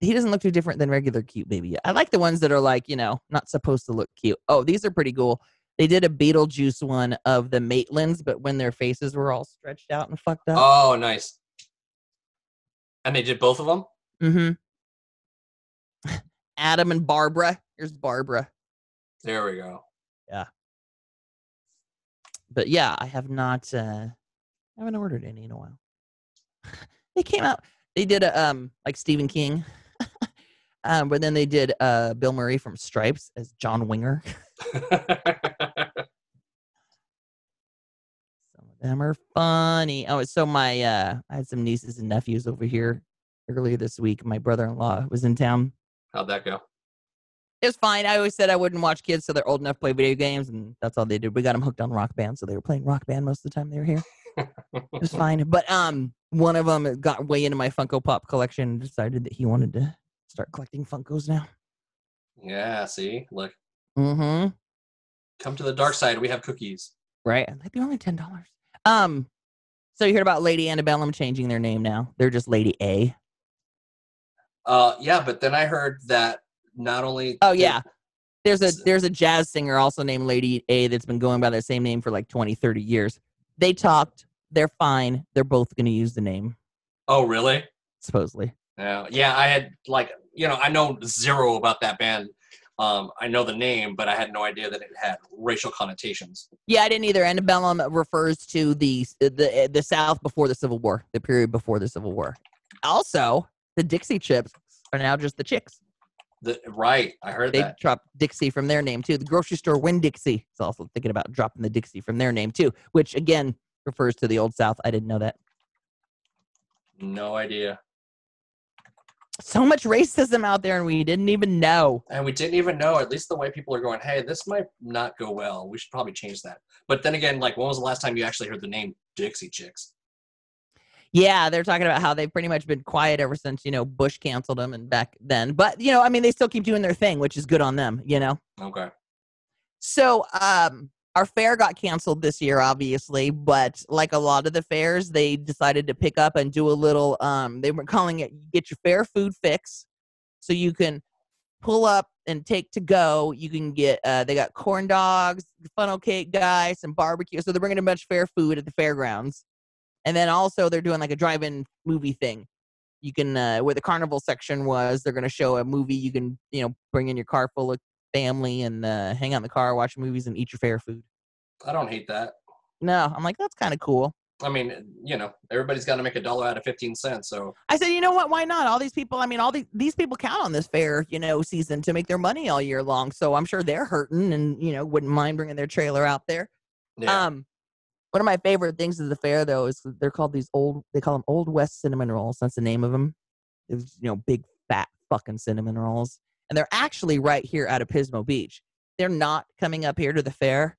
A: he doesn't look too different than regular cute Baby Yoda. I like the ones that are like, you know, not supposed to look cute. Oh, these are pretty cool. They did a Beetlejuice one of the Maitlands, but when their faces were all stretched out and fucked up.
B: Oh, nice. And they did both of them.
A: Mm-hmm. Adam and Barbara. Here's Barbara.
B: There we go.
A: But yeah, I have not uh I haven't ordered any in a while. they came out they did a um like Stephen King. um, but then they did uh Bill Murray from Stripes as John Winger. Some of them are funny. Oh, so my uh I had some nieces and nephews over here earlier this week. My brother in law was in town.
B: How'd that go?
A: It's fine. I always said I wouldn't watch kids till they're old enough to play video games, and that's all they did. We got them hooked on Rock Band, so they were playing Rock Band most of the time they were here. It was fine, but um, one of them got way into my Funko Pop collection and decided that he wanted to start collecting Funkos now.
B: yeah. See, look,
A: Mm-hmm.
B: come to the dark side. We have cookies.
A: Right? I'm like they're only ten dollars. Um, so you heard about Lady Antebellum changing their name now? They're just Lady A.
B: Uh, yeah. But then I heard that not only.
A: Oh
B: did-
A: yeah. There's a
B: S-
A: there's a jazz singer also named Lady A that's been going by that same name for like 20, 30 years. They talked. They're fine. They're both going to use the name
B: Oh, really?
A: supposedly.
B: Yeah. Yeah. I had like you know I know zero about that band. Um, I know the name, but I had no idea that it had racial connotations.
A: Yeah, I didn't either. Antebellum refers to the uh, the the South before the Civil War, the period before the Civil War. Also, the Dixie Chips are now just the Chicks.
B: The, right, I heard
A: They
B: that.
A: dropped Dixie from their name too. The grocery store Winn Dixie is also thinking about dropping the Dixie from their name too, which again refers to the Old South. I didn't know that.
B: No idea.
A: So much racism out there, and we didn't even know.
B: And we didn't even know. At least the way people are going, hey, this might not go well. We should probably change that. But then again, like, when was the last time you actually heard the name Dixie Chicks?
A: Yeah, they're talking about how they've pretty much been quiet ever since you know Bush canceled them and back then. But you know, I mean, they still keep doing their thing, which is good on them. You know.
B: Okay.
A: So, um, our fair got canceled this year, obviously, but like a lot of the fairs, they decided to pick up and do a little. Um, they were calling it "Get Your Fair Food Fix," so you can pull up and take to go. You can get. Uh, they got corn dogs, funnel cake guy, some barbecue. So they're bringing a bunch of fair food at the fairgrounds, and then also they're doing like a drive-in movie thing. You can uh, where the carnival section was. They're going to show a movie. You can you know bring in your car full of family and uh, hang out in the car, watch movies, and eat your fair food.
B: I don't hate that.
A: No, I'm like, that's kind of cool.
B: I mean, you know, everybody's got to make a dollar out of 15 cents. So,
A: I said, you know what? Why not? All these people, I mean, all these, these people count on this fair, you know, season to make their money all year long. So I'm sure they're hurting and, you know, wouldn't mind bringing their trailer out there.
B: yeah.
A: Um, one of my favorite things of the fair, though, is they're called these old, they call them Old West cinnamon rolls. That's the name of them. It was, you know, big, fat fucking cinnamon rolls. And they're actually right here out of Pismo Beach. They're not coming up here to the fair.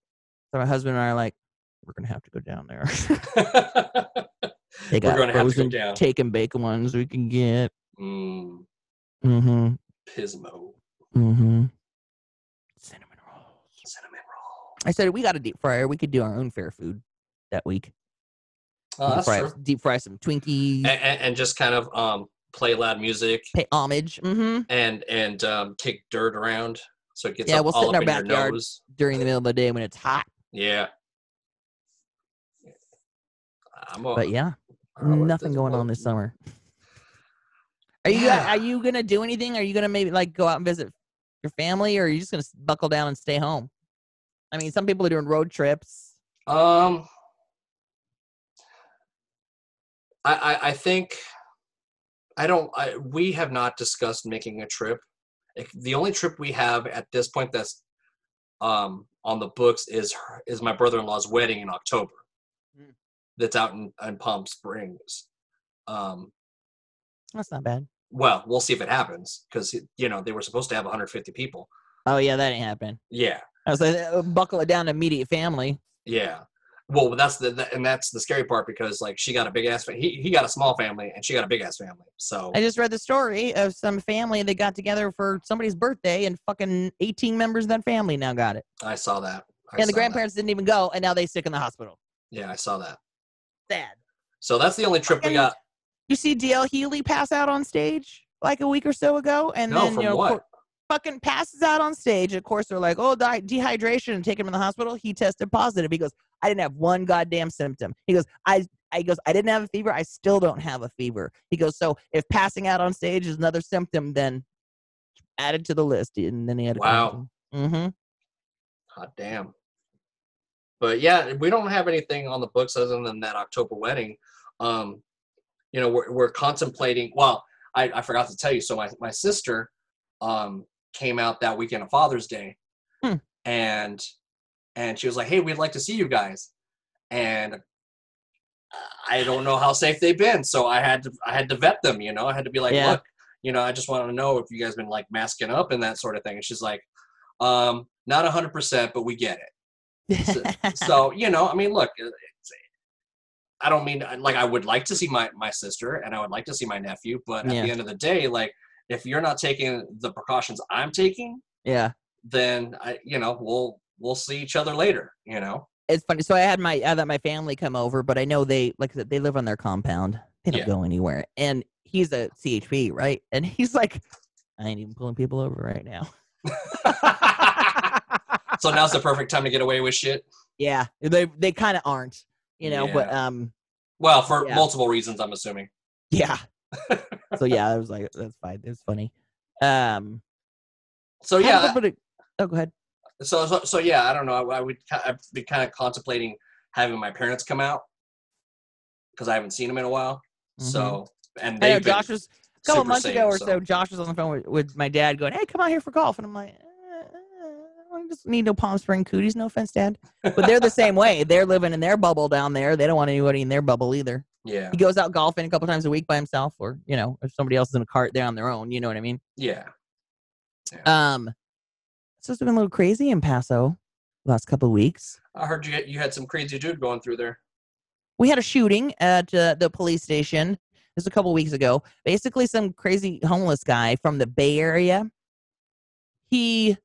A: So my husband and I are like, we're going to have to go down there. they
B: We're
A: got
B: gonna have to go
A: frozen
B: down.
A: take and bake ones we can get.
B: mm,
A: Mm-hmm.
B: Pismo.
A: Mm-hmm. Cinnamon rolls.
B: Cinnamon roll.
A: I said we got a deep fryer. We could do our own fair food that week.
B: Oh,
A: deep,
B: that's
A: fry,
B: true.
A: deep fry some Twinkies.
B: And, and, and just kind of um, play loud music
A: pay homage mm-hmm.
B: and and um, kick dirt around so it gets
A: Yeah,
B: up,
A: we'll sit
B: all
A: in
B: up
A: our
B: in your
A: backyard.
B: nose.
A: during the middle of the day when it's hot.
B: Yeah. I'm a,
A: But yeah,
B: I like
A: nothing
B: this
A: going on
B: one.
A: this summer. Are you
B: Yeah.
A: are you gonna do anything? Are you gonna maybe like go out and visit your family, or are you just gonna s- buckle down and stay home? I mean, some people are doing road trips.
B: Um, I, I I think I don't. I, we have not discussed making a trip. Like, The only trip we have at this point that's um on the books is her- is my brother in law's wedding in October.
A: Mm.
B: That's out in, in Palm Springs. Um,
A: That's not bad.
B: well, we'll see if it happens because you know they were supposed to have 150 people.
A: Oh yeah, that ain't happening.
B: Yeah,
A: I was like, "Uh, buckle it down to immediate family.
B: Yeah. Well, that's the, the and that's the scary part because like she got a big ass fa- he he got a small family and she got a big ass family. So
A: I just read the story of some family that got together for somebody's birthday, and fucking 18 members of that family now got it.
B: I saw that. I
A: and the
B: saw that.
A: grandparents didn't even go, and now they sick in the hospital.
B: Yeah, I saw that.
A: Sad.
B: So that's the only trip we
A: Fucking-
B: got.
A: You see DL Healy pass out on stage like a week or so ago, and
B: No,
A: then
B: from
A: you know,
B: what?
A: cor- fucking passes out on stage. Of course, they're like, "Oh, di- dehydration," and take him in the hospital. He tested positive. He goes, "I didn't have one goddamn symptom." He goes, "I." I he goes, I didn't have a fever. I still don't have a fever. He goes, so if passing out on stage is another symptom, then added to the list. And then he had a
B: Wow.
A: Mm-hmm.
B: Hot damn. But yeah, we don't have anything on the books other than that October wedding. Um, you know, we're we're contemplating. Well, I, I forgot to tell you. So my my sister, um, came out that weekend of Father's Day,
A: Hmm.
B: and and she was like, "Hey, we'd like to see you guys," and uh, I don't know how safe they've been. So I had to I had to vet them. You know, I had to be like,
A: Yeah.
B: "Look, you know, I just want to know if you guys been like masking up and that sort of thing." And she's like, um, "Not hundred percent, but we get it." so you know i mean look uh, it's, i don't mean uh, like i would like to see my my sister and i would like to see my nephew but at
A: Yeah.
B: the end of the day like if you're not taking the precautions i'm taking
A: yeah.
B: then i you know we'll we'll see each other later you know
A: it's funny. So I had my I had my family come over, but I know they like I said, they live on their compound. They don't
B: Yeah.
A: go anywhere. And he's a CHP, right? And he's like, I ain't even pulling people over right now.
B: so now's the perfect time to get away with shit
A: yeah, they they kind of aren't, you know. But um,
B: well for
A: Yeah.
B: multiple reasons i'm assuming
A: yeah. so yeah, I was like, that's fine. It's funny. Um,
B: so
A: I had a
B: yeah uh,
A: little bit of- oh, go ahead.
B: so so, so yeah i don't know i, I would ki- i'd be kind of contemplating having my parents come out because i haven't seen them in a while
A: Mhm.
B: so and
A: I know
B: they've been-
A: Josh was a couple
B: Super
A: months
B: sane,
A: ago or
B: so.
A: so. Josh was on the phone with, with my dad going, Hey, come out here for golf. And I'm like, "Uh, uh, I just need no Palm Spring cooties. No offense, Dad. But they're the same way. They're living in their bubble down there. They don't want anybody in their bubble either.
B: Yeah.
A: He goes out golfing a couple times a week by himself, or, you know, if somebody else is in a cart, they're on their own. You know what I mean?
B: Yeah.
A: Um, it's just been a little crazy in Paso last couple of weeks.
B: I heard you you had some crazy dude going through there.
A: we had a shooting at uh, the police station this was a couple weeks ago basically some crazy homeless guy from the bay area he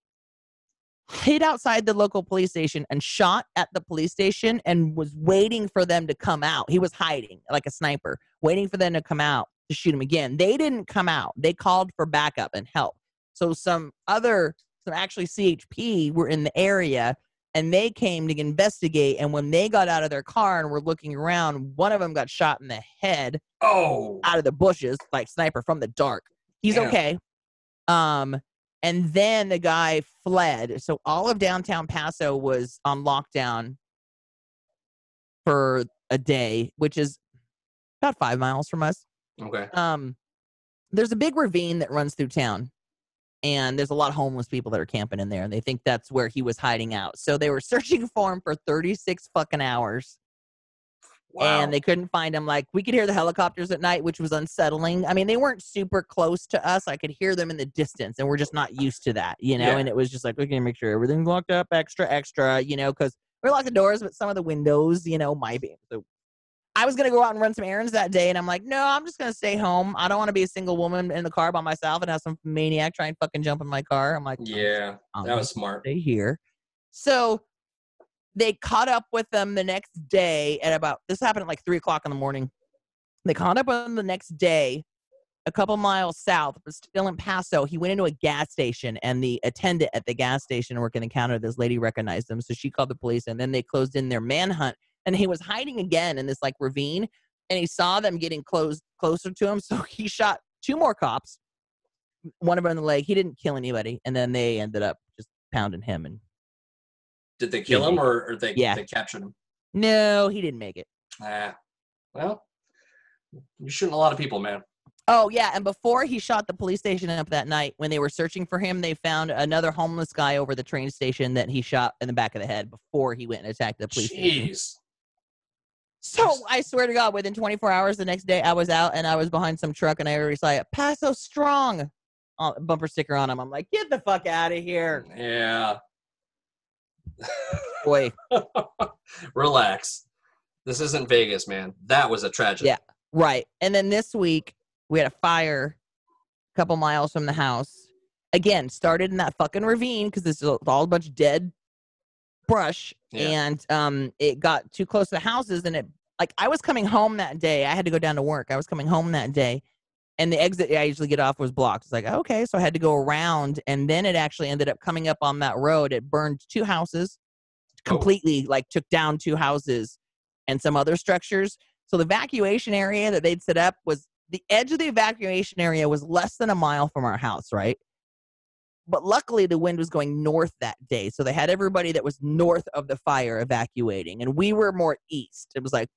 A: hid outside the local police station and shot at the police station and was waiting for them to come out he was hiding like a sniper waiting for them to come out to shoot him again they didn't come out they called for backup and help so some other some actually chp were in the area and they came to investigate. And when they got out of their car and were looking around, one of them got shot in the head
B: Oh.
A: out of the bushes, like sniper from the dark. He's
B: Damn.
A: okay. Um, and then the guy fled. So all of downtown Paso was on lockdown for a day, which is about five miles from us
B: Okay.
A: um there's a big ravine that runs through town and there's a lot of homeless people that are camping in there and they think that's where he was hiding out so they were searching for him for 36 fucking hours
B: Wow.
A: and they couldn't find him like we could hear the helicopters at night which was unsettling i mean they weren't super close to us i could hear them in the distance and we're just not used to that you know
B: Yeah.
A: and it was just like we can make sure everything's locked up extra extra you know because we locked the doors but some of the windows you know might be so I was gonna go out and run some errands that day, and I'm like, no, I'm just gonna stay home. I don't want to be a single woman in the car by myself and have some maniac try and fucking jump in my car. I'm like, I'm
B: yeah.
A: I'm
B: That
A: gonna
B: was smart.
A: stay here. So they caught up with them the next day at about this happened at like three o'clock in the morning. They caught up with them the next day, a couple miles south, but still in Paso. He went into a gas station, and the attendant at the gas station working the counter, this lady recognized him, so she called the police, and then they closed in their manhunt. And he was hiding again in this like ravine, and he saw them getting close closer to him, so he shot two more cops one of them in the leg. He didn't kill anybody, and then they ended up just pounding him. And
B: Did they kill him or, or they
A: Yeah.
B: they captured him?
A: no, he didn't make it.
B: Ah. Well, you're shooting a lot of people, man.
A: Oh yeah, and before he shot the police station up that night, when they were searching for him, they found another homeless guy over the train station that he shot in the back of the head before he went and attacked the police. station.
B: Jeez.
A: So I swear to God, within 24 hours, the next day I was out and I was behind some truck and I already saw a Paso Strong uh, bumper sticker on him. I'm like, get the fuck out of here,
B: Yeah.
A: boy.
B: Relax. This isn't Vegas, man. That was a tragedy.
A: Yeah. Right. And then this week we had a fire a couple miles from the house. Again, started in that fucking ravine because this is all a bunch of dead brush.
B: Yeah.
A: And um it got too close to the houses and it like I was coming home that day. I had to go down to work. I was coming home that day. And the exit I usually get off was blocked. It's like, okay, so I had to go around and then it actually ended up coming up on that road. It burned two houses,
B: Oh.
A: completely like took down two houses and some other structures. So the evacuation area that they'd set up was the edge of the evacuation area was less than a mile from our house, right? But luckily the wind was going north that day. So they had everybody that was north of the fire evacuating and we were more east. It was like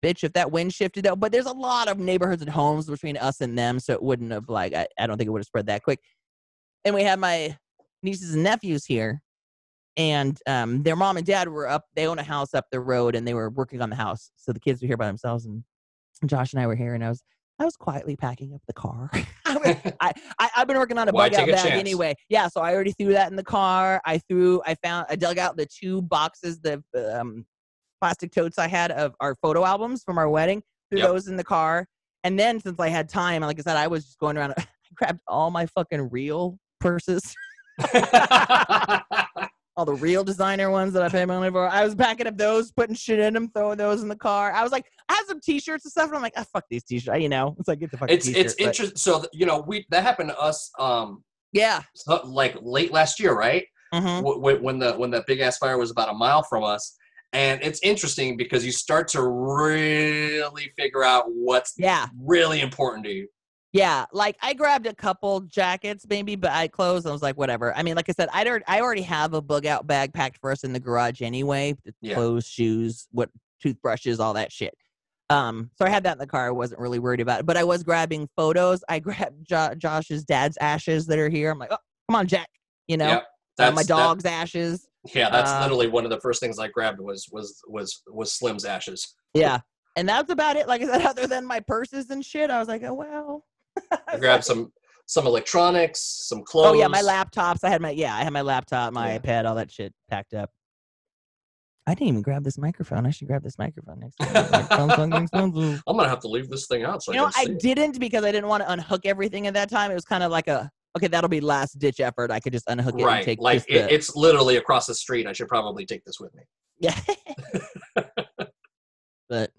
A: bitch if that wind shifted though, but there's a lot of neighborhoods and homes between us and them so it wouldn't have like I, I don't think it would have spread that quick. And we had my nieces and nephews here and um, their mom and dad were up. They own a house up the road, and they were working on the house. So the kids were here by themselves, and Josh and I were here, and I was I was quietly packing up the car. I, was- I, I I've been working on a
B: Why
A: bug out
B: take a
A: bag
B: chance?
A: anyway. Yeah, so I already threw that in the car. I threw I found I dug out the two boxes the um, plastic totes I had of our photo albums from our wedding. Threw
B: Yep.
A: those in the car, and then since I had time, like I said, I was just going around. I grabbed all my fucking real purses all the real designer ones that I pay money for. I was packing up those, putting shit in them, throwing those in the car. I was like, I had some t-shirts and stuff, and I'm like, ah, fuck these t-shirts. You know, it's like get the fucking
B: it's
A: t-shirt.
B: it's
A: but-
B: interesting. So th- you know, we that happened to us um
A: Yeah.
B: so- like late last year, right?
A: Mhm.
B: Wh- wh- when the when the big ass fire was about a mile from us. And it's interesting because you start to really figure out what's
A: Yeah.
B: really important to you.
A: Yeah. Like I grabbed a couple jackets, maybe, but I clothes. I was like, whatever. I mean, like I said, I already I already have a bug out bag packed for us in the garage anyway. The
B: Yeah.
A: Clothes, shoes, what toothbrushes, all that shit. Um, so I had that in the car. I wasn't really worried about it, but I was grabbing photos. I grabbed jo- Josh's dad's ashes that are here. I'm like, oh, come on, Jack. You know,
B: Yep,
A: uh, my
B: that-
A: dog's ashes.
B: yeah, that's
A: uh,
B: literally one of the first things I grabbed was was was was Slim's ashes.
A: Yeah. And that's about it. Like I said, other than my purses and shit, I was like, oh, well.
B: I grabbed some some electronics, some clothes.
A: Oh, yeah, my laptops. I had my, yeah, I had my laptop, my
B: Yeah.
A: iPad, all that shit packed up. I didn't even grab this microphone. I should grab this microphone next time. Microphones, microphones, microphones.
B: I'm gonna have to leave this thing out. So
A: you
B: I
A: know,
B: can
A: I
B: see it.
A: didn't because I didn't want to unhook everything at that time. It was kind of like a, okay, that'll be last ditch effort. I could just unhook it and
B: right
A: take
B: like
A: just
B: it,
A: the,
B: it's literally across the street i should probably take this with me
A: Yeah. but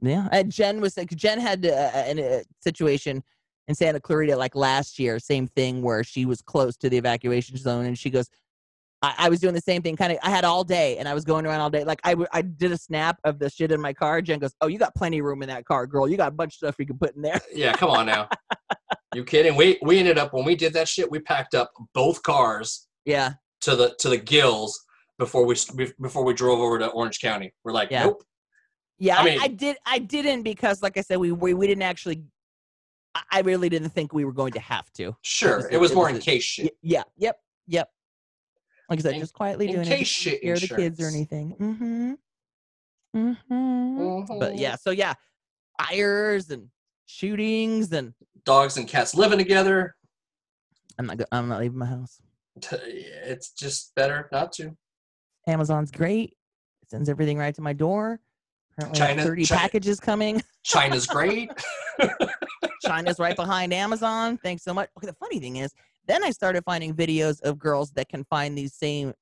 A: yeah, and Jen was like, Jen had uh, an- a situation in Santa Clarita like last year, same thing where she was close to the evacuation zone, and she goes, I, I was doing the same thing, kind of. I had all day, and I was going around all day. Like I, w- I did a snap of the shit in my car. Jen goes, Oh, you got plenty of room in that car, girl. You got a bunch of stuff you can put in there.
B: yeah come on now you kidding we we ended up when we did that shit we packed up both cars
A: yeah,
B: to the to the gills before we s- bef- before we drove over to orange county we're like
A: Yeah.
B: nope
A: yeah.
B: I
A: I,
B: mean-
A: I did, I didn't because, like I said, we we, we didn't actually. I, I really didn't think we were going to have to.
B: sure
A: was
B: it
A: a-
B: was
A: it
B: more
A: was
B: in
A: a-
B: case
A: Y-
B: shit
A: yeah. Yep. Yep. Like I said,
B: In-
A: just quietly
B: in
A: doing it.
B: case
A: just
B: shit
A: don't scare the kids or
B: insurance.
A: anything. Mm-hmm. Mm-hmm. But
B: Mhm.
A: yeah, so yeah, fires and shootings, and
B: dogs and cats living together
A: I'm not. Go- I'm not leaving my house.
B: T- it's just better not to
A: Amazon's great. It sends everything right to my door. Apparently, I have
B: China-
A: 30
B: China-
A: packages coming.
B: china's great
A: China's right behind Amazon. Thanks so much. Okay, the funny thing is, then I started finding videos of girls that can find these same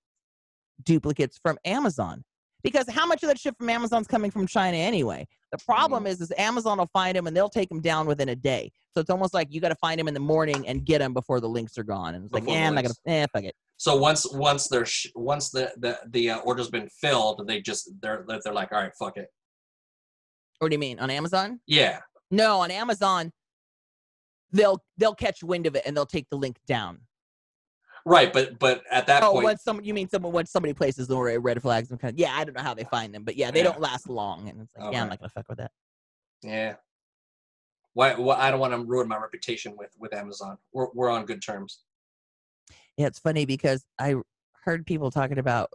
A: duplicates from Amazon. Because how much of that shit from Amazon's coming from China anyway? The problem
B: Mm-hmm.
A: is, is Amazon will find them and they'll take them down within a day. So it's almost like you got to find them in the morning and get them before the links are gone. And it's like,
B: Before the
A: yeah, I'm not gonna,
B: links.
A: eh, fuck it.
B: so once once their sh- once the the, the uh, order's been filled they just they're they're like all right fuck it
A: What do you mean on Amazon?
B: yeah
A: No, on Amazon, they'll they'll catch wind of it and they'll take the link down.
B: Right, but but at that
A: oh,
B: point,
A: when some you mean someone when somebody places the red- red flags and kind of yeah, I don't know how they find them, but yeah, they
B: Yeah.
A: don't last long, and it's like yeah, I'm
B: Okay.
A: not gonna fuck with that.
B: yeah. Why, why? I don't want to ruin my reputation with with Amazon. We're we're on good terms.
A: Yeah, it's funny because I heard people talking about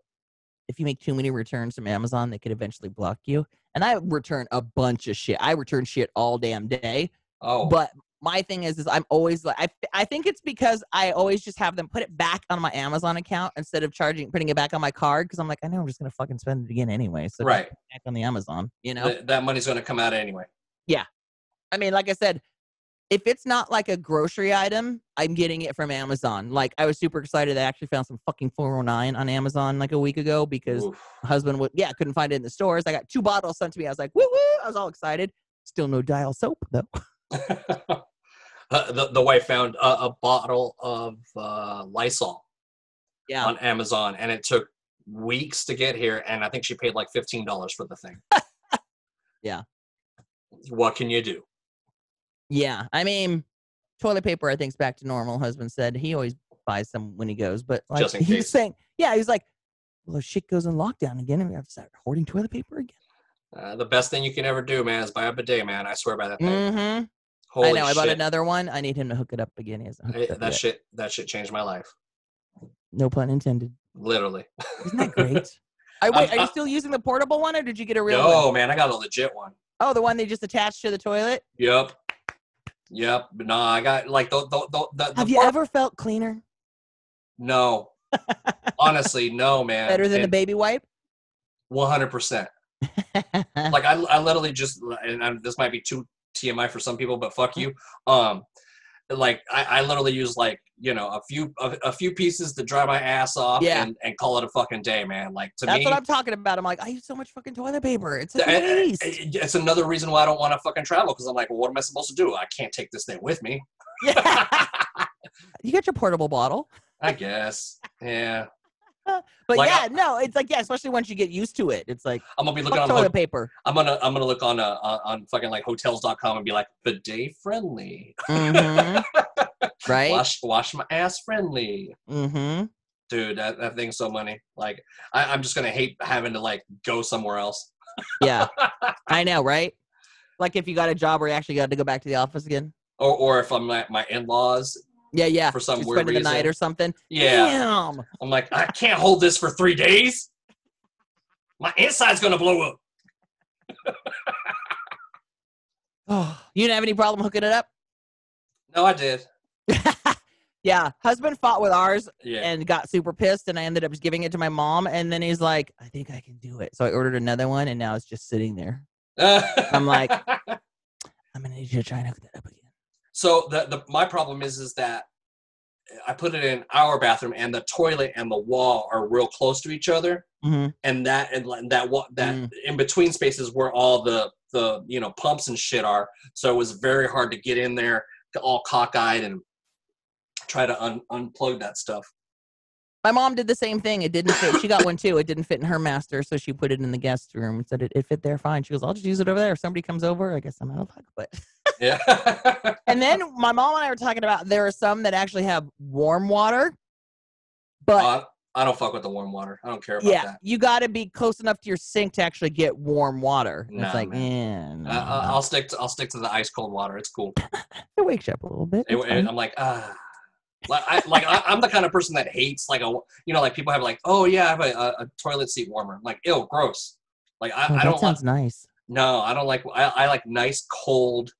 A: if you make too many returns from Amazon, they could eventually block you. And I return a bunch of shit. I return shit all damn day.
B: Oh,
A: But my thing is, is I'm always like, I, I think it's because I always just have them put it back on my Amazon account instead of charging, putting it back on my card because I'm like, I know I'm just gonna fucking spend it again anyway. So just
B: right.
A: put it back on the Amazon, you know.
B: Th- that money's going to come out anyway.
A: I mean, like I said, if it's not like a grocery item, I'm getting it from Amazon. Like I was super excited. I actually found some fucking 409 on Amazon like a week ago because
B: Oof.
A: my husband would yeah, couldn't find it in the stores. I got two bottles sent to me. I was like, woo woo. I was all excited. Still no dial soap though.
B: Uh, the the wife found a, a bottle of uh, Lysol
A: Yeah.
B: on Amazon, and it took weeks to get here, and I think she paid like fifteen dollars for the thing.
A: Yeah.
B: What can you do?
A: Yeah. I mean, toilet paper I think's back to normal, husband said. He always buys some when he goes, but like
B: Just in
A: he was
B: case.
A: saying, yeah, he was like, Well if shit goes in lockdown again and we have to start hoarding toilet paper again.
B: Uh, the best thing you can ever do, man, is buy a bidet, man. I swear by that thing.
A: Mm-hmm.
B: Holy
A: I know. I bought
B: shit.
A: another one. I need him to hook it up again. He hasn't hooked
B: I-
A: it up
B: that
A: yet.
B: shit that shit changed my life
A: No pun intended.
B: literally
A: Isn't that great? I wait.
B: I'm-
A: Are you
B: I'm-
A: still using the portable one, or did you get a real
B: no
A: one?
B: man i got a legit one
A: Oh, the one they just attached to the toilet.
B: yep yep but nah i got like the the the, the, the
A: Have you
B: part-
A: ever felt cleaner,
B: no honestly no man
A: better than the
B: It-
A: baby wipe?
B: 100% like I, I literally just and i this might be too tmi for some people but fuck
A: Mm-hmm.
B: you um like I, I literally use like you know a few a, a few pieces to dry my ass off
A: Yeah.
B: and, and call it a fucking day man like to
A: That's
B: me
A: what I'm talking about. I'm like, I use so much fucking toilet paper. It's a
B: Th- I- I-
A: waste.
B: it's another reason why I don't want to fucking travel because I'm like, well, what am I supposed to do? I can't take this thing with me.
A: yeah. You got your portable bottle.
B: I guess. Yeah.
A: But
B: Like, uh,
A: yeah,
B: I-
A: no, it's like yeah, especially once you get used to it. It's like
B: I'm gonna be looking
A: fuck
B: on.
A: toilet
B: Ho-
A: paper.
B: I'm gonna I'm gonna look on uh, on- on fucking like hotels.com and be like bidet friendly,
A: Mhm. right.
B: wash wash my ass friendly,
A: Mm-hmm.
B: dude. That, that thing's so money. Like I, I'm just gonna hate having to like go somewhere else.
A: Yeah. I know, right? Like if you got a job where you actually got to go back to the office again.
B: Or, or if I'm at my in-laws,
A: Yeah, yeah.
B: For some
A: You're
B: weird
A: spending the night
B: reason.
A: or something.
B: yeah,
A: Damn.
B: I'm like, I can't hold this for three days. My inside's gonna blow up.
A: Oh, you didn't have any problem hooking it up?
B: No, I did.
A: yeah. Husband fought with ours
B: Yeah,
A: and got super pissed, and I ended up just giving it to my mom. And then he's like, I think I can do it. So I ordered another one, and now it's just sitting there. I'm like- I'm going to need you to try and hook that up again.
B: so the, the my problem is is that I put it in our bathroom, and the toilet and the wall are real close to each other,
A: Mhm.
B: and that and like, that wa- that
A: Mm.
B: in between spaces where all the the you know pumps and shit are. So it was very hard to get in there, all cockeyed, and try to un- unplug that stuff.
A: My mom did the same thing. It didn't fit. She got one too. It didn't fit in her master, so she put it in the guest room and said it, it fit there fine. She goes, I'll just use it over there. If somebody comes over, I guess I'm out of luck. But
B: Yeah.
A: and then my mom and I were talking about there are some that actually have warm water, but
B: Uh, I don't fuck with the warm water. I don't care about
A: yeah,
B: that.
A: you got to be close enough to your sink to actually get warm water. And
B: Nah,
A: it's like, eh, man,
B: Uh, I- I'll stick. To, I'll stick to the ice cold water. It's cool.
A: it wakes you up a little bit.
B: It-
A: It's
B: it-
A: fine.
B: I'm like ah. Like, I, like I, I'm the kind of person that hates like a you know like people have like oh yeah I have a, a, a toilet seat warmer I'm like ew gross like I,
A: Oh,
B: I
A: that
B: don't
A: sounds
B: want
A: nice.
B: no I don't like I, I like nice cold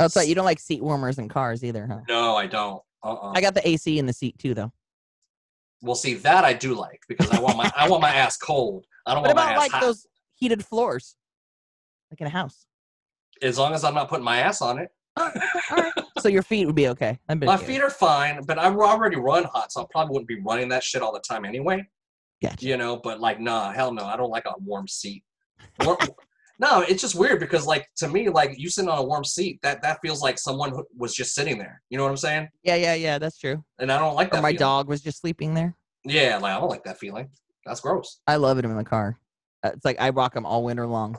A: Oh, so you don't like seat warmers in cars either, huh?
B: no I don't uh-uh.
A: I got the AC in the seat too, though.
B: well see that I do like because I want my I want my ass cold I don't
A: What
B: want my
A: about
B: ass
A: like
B: hot
A: those heated floors, like in a house?
B: as long as I'm not putting my ass on it
A: so your feet would be okay. I'm
B: my feet are fine but I'm already run hot so I probably wouldn't be running that shit all the time anyway
A: Gotcha.
B: you know but like nah hell no i don't like a warm seat War- no it's just weird because like to me like you sitting on a warm seat that that feels like someone who was just sitting there you know what i'm saying
A: Yeah, yeah, yeah. That's true.
B: and i don't like that
A: Or my
B: feeling.
A: dog was just sleeping there.
B: yeah like i don't like that feeling that's gross
A: I love it in the car. Uh, It's like I rock them all winter long.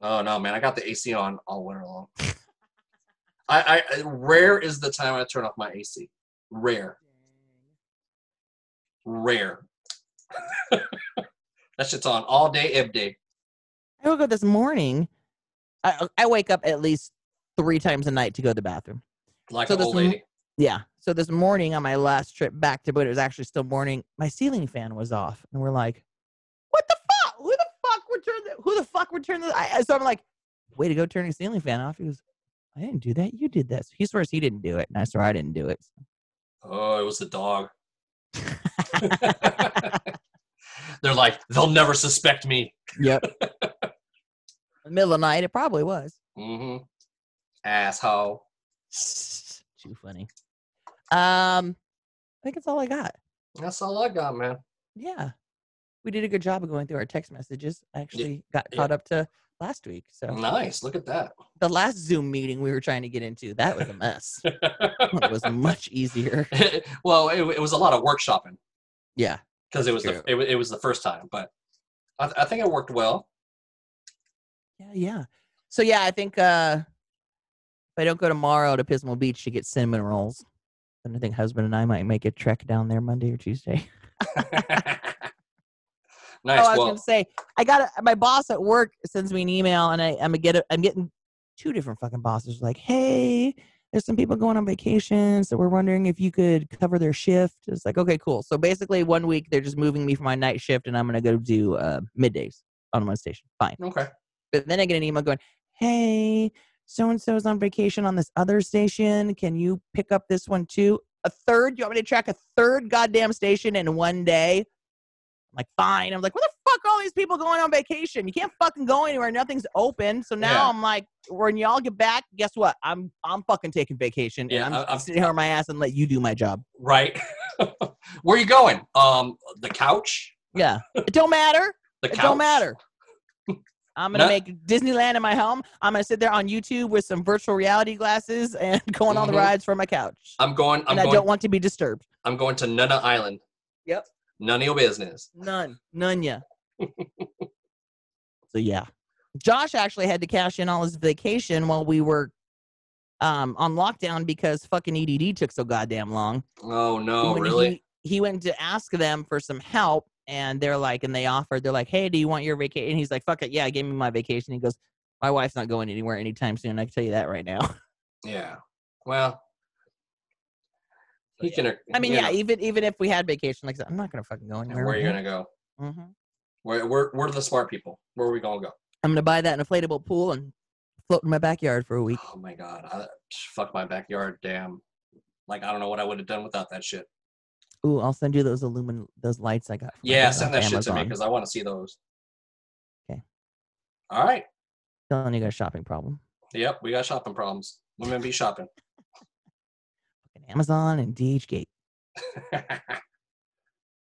B: oh no man i got the ac on all winter long I, I I- rare is the time i turn off my ac rare rare that shit's on all day every day
A: I woke up this morning. I, I wake up at least three times a night to go to the bathroom.
B: like
A: So
B: an
A: this
B: old
A: m-
B: lady
A: Yeah. So this morning on my last trip back to, but it was actually still morning. My ceiling fan was off, and we're like, "What the fuck? Who the fuck would turn? The, who the fuck would turn the?" I, I- so I'm like, "Way to go, turn your ceiling fan off." He goes, "I didn't do that. You did that." So he swears he didn't do it, and I swear I didn't do it.
B: Oh, it was the dog. They're like, they'll never suspect me.
A: Yep. the middle of the night, it probably was.
B: hmm Asshole.
A: Too funny. Um, I think that's all I got.
B: That's all I got, man.
A: Yeah, we did a good job of going through our text messages. I actually got
B: yeah.
A: caught up to last week, so
B: Nice. Look at that.
A: the last Zoom meeting we were trying to get into that was a mess. it was much easier.
B: well, it, it was a lot of workshopping
A: Yeah,
B: because it was the,
A: True.
B: it, wa- it was the first time, but I, th- I think it worked well.
A: yeah, yeah. So yeah, I think uh if I don't go tomorrow to Pismo Beach to get cinnamon rolls, then I think husband and I might make a trek down there Monday or Tuesday.
B: nice.
A: Oh, I was
B: well,
A: gonna say I got a, my boss at work sends me an email, and I, I'm gonna get a, I'm getting two different fucking bosses like, hey, there's some people going on vacation, so we're wondering if you could cover their shift. It's like, okay, cool. So basically, one week they're just moving me from my night shift, and I'm gonna go do uh, middays on one station. Fine,
B: okay.
A: but then I get an email going, hey, so and so's on vacation on this other station. Can you pick up this one too? A third? You want me to track a third goddamn station in one day? I'm like, fine. I'm like, where the fuck are all these people going on vacation? You can't fucking go anywhere. Nothing's open. So now
B: Yeah.
A: I'm like, when y'all get back, guess what? I'm I'm fucking taking vacation.
B: Yeah,
A: and
B: I-
A: I'm,
B: I'm-
A: sitting here on my ass and let you do my job.
B: Right. Where you going? Um, the couch.
A: Yeah, it don't matter.
B: The couch.
A: It don't matter. I'm gonna
B: No-
A: make Disneyland in my home. I'm gonna sit there on YouTube with some virtual reality glasses and go on all the
B: Mhm.
A: rides from my couch.
B: I'm going. I'm
A: and I
B: going.
A: don't want to be disturbed.
B: I'm going to Nunna Island.
A: Yep.
B: None of your business.
A: None. None ya. so yeah. Josh actually had to cash in all his vacation while we were um, on lockdown because fucking EDD took so goddamn long.
B: Oh no,
A: when
B: really?
A: He, he went to ask them for some help, and they're like, and they offered, they're like, hey, do you want your vacation? And he's like, fuck it, yeah, give me my vacation. He goes, My wife's not going anywhere anytime soon. I can tell you that right now.
B: Yeah. Well, he can.
A: I mean,
B: you
A: yeah,
B: know,
A: even even if we had vacation, like I said, I'm not gonna fucking go anywhere.
B: where are you
A: right
B: gonna go?
A: now. Mhm.
B: We're, we're we're the smart people. Where are we gonna go?
A: I'm gonna buy that inflatable pool and float in my backyard for a week.
B: Oh my god! I, fuck my backyard. Damn. Like I don't know what I would have done without that shit.
A: Ooh, I'll send you those aluminum those lights I got. from
B: Yeah,
A: Amazon-
B: send that shit to me
A: Amazon.
B: because I want to see those.
A: Okay.
B: All right.
A: Telling you got a shopping problem.
B: Yep, we got shopping problems. Women be shopping.
A: Fucking Amazon and DHgate.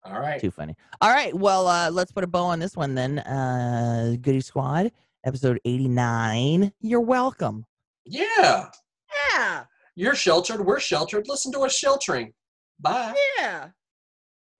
B: All right.
A: Too funny. All right. Well, uh, let's put a bow on this one then. Uh, Goody Squad, episode 89. You're welcome.
B: Yeah.
A: Yeah.
B: You're sheltered. We're sheltered. Listen to us sheltering. Bye.
A: Yeah.